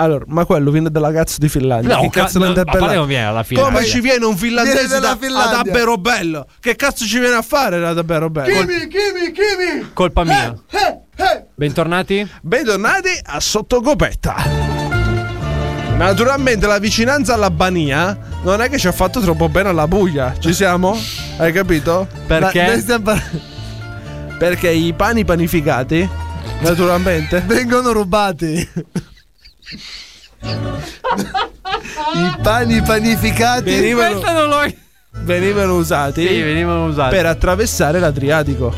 Allora, ma quello viene dalla cazzo di Finlandia.
No,
che
ca-
cazzo l'ha
no, ma
interpellato?
parliamo viene alla Finlandia.
Come ci viene un
Viene
finlandese
dalla
da, ad
Finlandia.
Aberobello? Che cazzo ci viene a fare da Aberobello?
kimi, kimi.
Colpa mia.
Eh,
Bentornati?
Bentornati a Sottocopetta. Naturalmente la vicinanza all'Albania non è che ci ha fatto troppo bene alla Puglia. Ci siamo? Hai capito?
Perché?
noi stiamo par- Perché i pani panificati, naturalmente,
vengono rubati. I pani panificati.
Venivano, venivano usati,
Sì, venivano usati.
per attraversare l'Adriatico.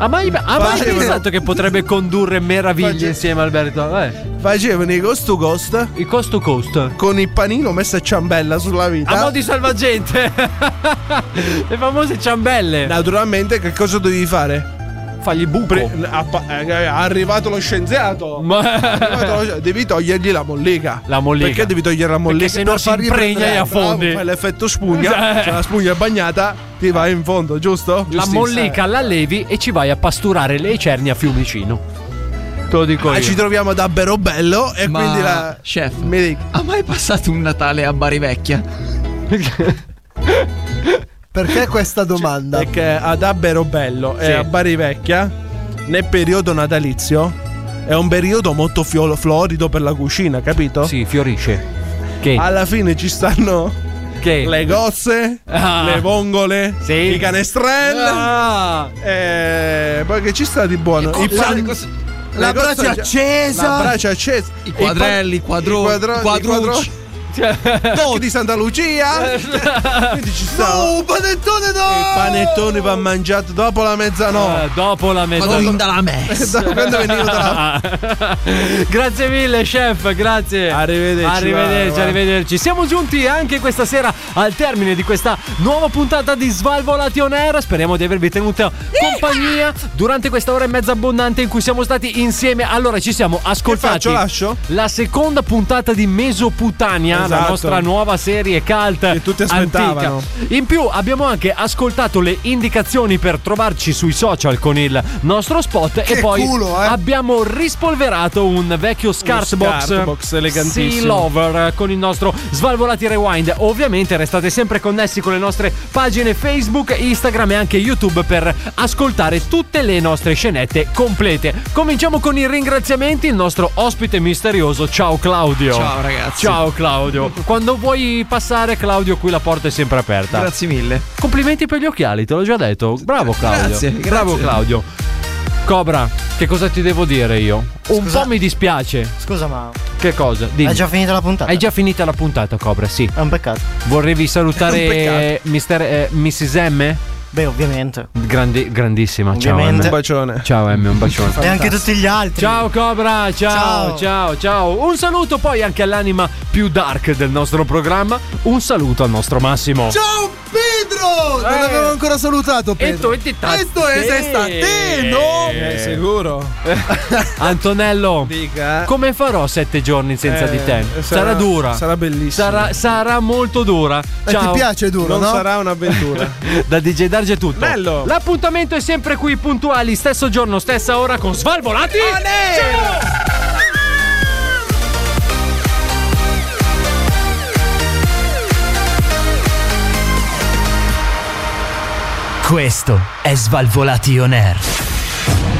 Ah, mai, ah, mai
Facevano-
pensato che potrebbe condurre meraviglie insieme a Alberto? Eh.
Facevano i cost to cost.
I cost to cost.
Con il panino messo a ciambella sulla vita.
A mo' di salvagente. Le famose ciambelle.
Naturalmente, che cosa dovevi fare?
Fagli buco.
eh, è arrivato lo scienziato. È arrivato lo- Devi togliergli la mollica.
La mollica.
Perché devi togliere la mollica?
Perché se no
Per
si
fargli
impregna
prendere-
e affondi.
Bravo, Fai l'effetto spugna.
Eh.
Se la spugna è bagnata, ti vai in fondo, giusto?
La
Giustissimo.
mollica la levi e ci vai a pasturare le cerni a Fiumicino. Te lo dico
Ah,
io.
ci troviamo ad Aberobello e
Ma,
quindi la.
Chef,
Mi dica.
ha mai passato un Natale a Bari Vecchia?
Perché questa
Cioè,
domanda?
Perché ad Aberobello
Sì.
e a Bari Vecchia, nel periodo natalizio, è un periodo molto fiolo- florido per la cucina, capito?
Sì, fiorisce. Che?
Alla fine ci stanno
Che?
le gozze,
Ah.
le vongole,
Sì.
i canestrelli.
Ah.
E poi che ci sta di buono?
Le
I
gozze-
pan-
le gozze-
le
la
gozze-
brace accesa.
La brace accesa.
I quadrelli, i quadro-
quadroni,
i quadrucci.
Cioè, di Santa Lucia. Quindi ci sta.
Oh, panettone no!
Il panettone va mangiato dopo la mezzanotte.
Eh, dopo la metà.
la
Ah,
messa.
Quando venivo dalla
grazie mille, chef, grazie.
Arrivederci,
Arrivederci,
va, va.
arrivederci. Siamo giunti anche questa sera al termine di questa nuova puntata di Svalvolati On Air. Speriamo di avervi tenuto compagnia durante questa ora e mezza abbondante in cui siamo stati insieme. Allora, ci siamo ascoltati
faccio, lascio?
la seconda puntata di Mesoputania, la
Esatto.
nostra nuova serie cult che
tutti aspettavano.
in più abbiamo anche ascoltato le indicazioni per trovarci sui social con il nostro spot e
Che
poi
culo, eh.
abbiamo rispolverato un vecchio scarf box,
Scartbox elegantissimo.
Sea Lover eh, con il nostro Svalvolati Rewind. Ovviamente restate sempre connessi con le nostre pagine Facebook, Instagram e anche YouTube per ascoltare tutte le nostre scenette complete. Cominciamo con i ringraziamenti, il nostro ospite misterioso. Ciao Claudio.
Ciao, ragazzi.
Ciao Claudio. Claudio. Quando vuoi passare, Claudio, qui la porta è sempre aperta.
Grazie
mille. Complimenti per gli occhiali, te l'ho già detto. Bravo Claudio.
Grazie, grazie.
Bravo Claudio. Cobra, che cosa ti devo dire io? Un po' mi dispiace.
Scusa, ma.
Che cosa? Dimmi.
È già finita la puntata?
È già finita la puntata, Cobra, sì.
È un peccato.
Vorrevi
È un
salutare
peccato.
Mister, eh, Mrs. M?
Beh, ovviamente.
Grandi- grandissima,
Ovviamente.
ciao. M.
Un
bacione.
Ciao M, un bacione.
E anche tutti gli altri.
Ciao Cobra, ciao, ciao, ciao, Un saluto poi anche all'anima più dark del nostro programma. Un saluto al nostro Massimo.
Ciao Pedro! Non
Eh.
l'avevo ancora salutato Pedro.
E
Questo è se sta te, no?
Eh, sicuro.
Antonello,
Dica.
come farò sette giorni senza
Eh,
di te?
sarà-
Sarà, dura.
sarà bellissimo.
Sarà, sarà molto dura.
Eh,
Ciao.
ti piace duro, Non no? sarà un'avventura.
da DJ Darge è tutto.
Bello.
L'appuntamento è sempre qui, puntuali, stesso giorno, stessa ora con Svalvolati.
Questo è Svalvolati On Air.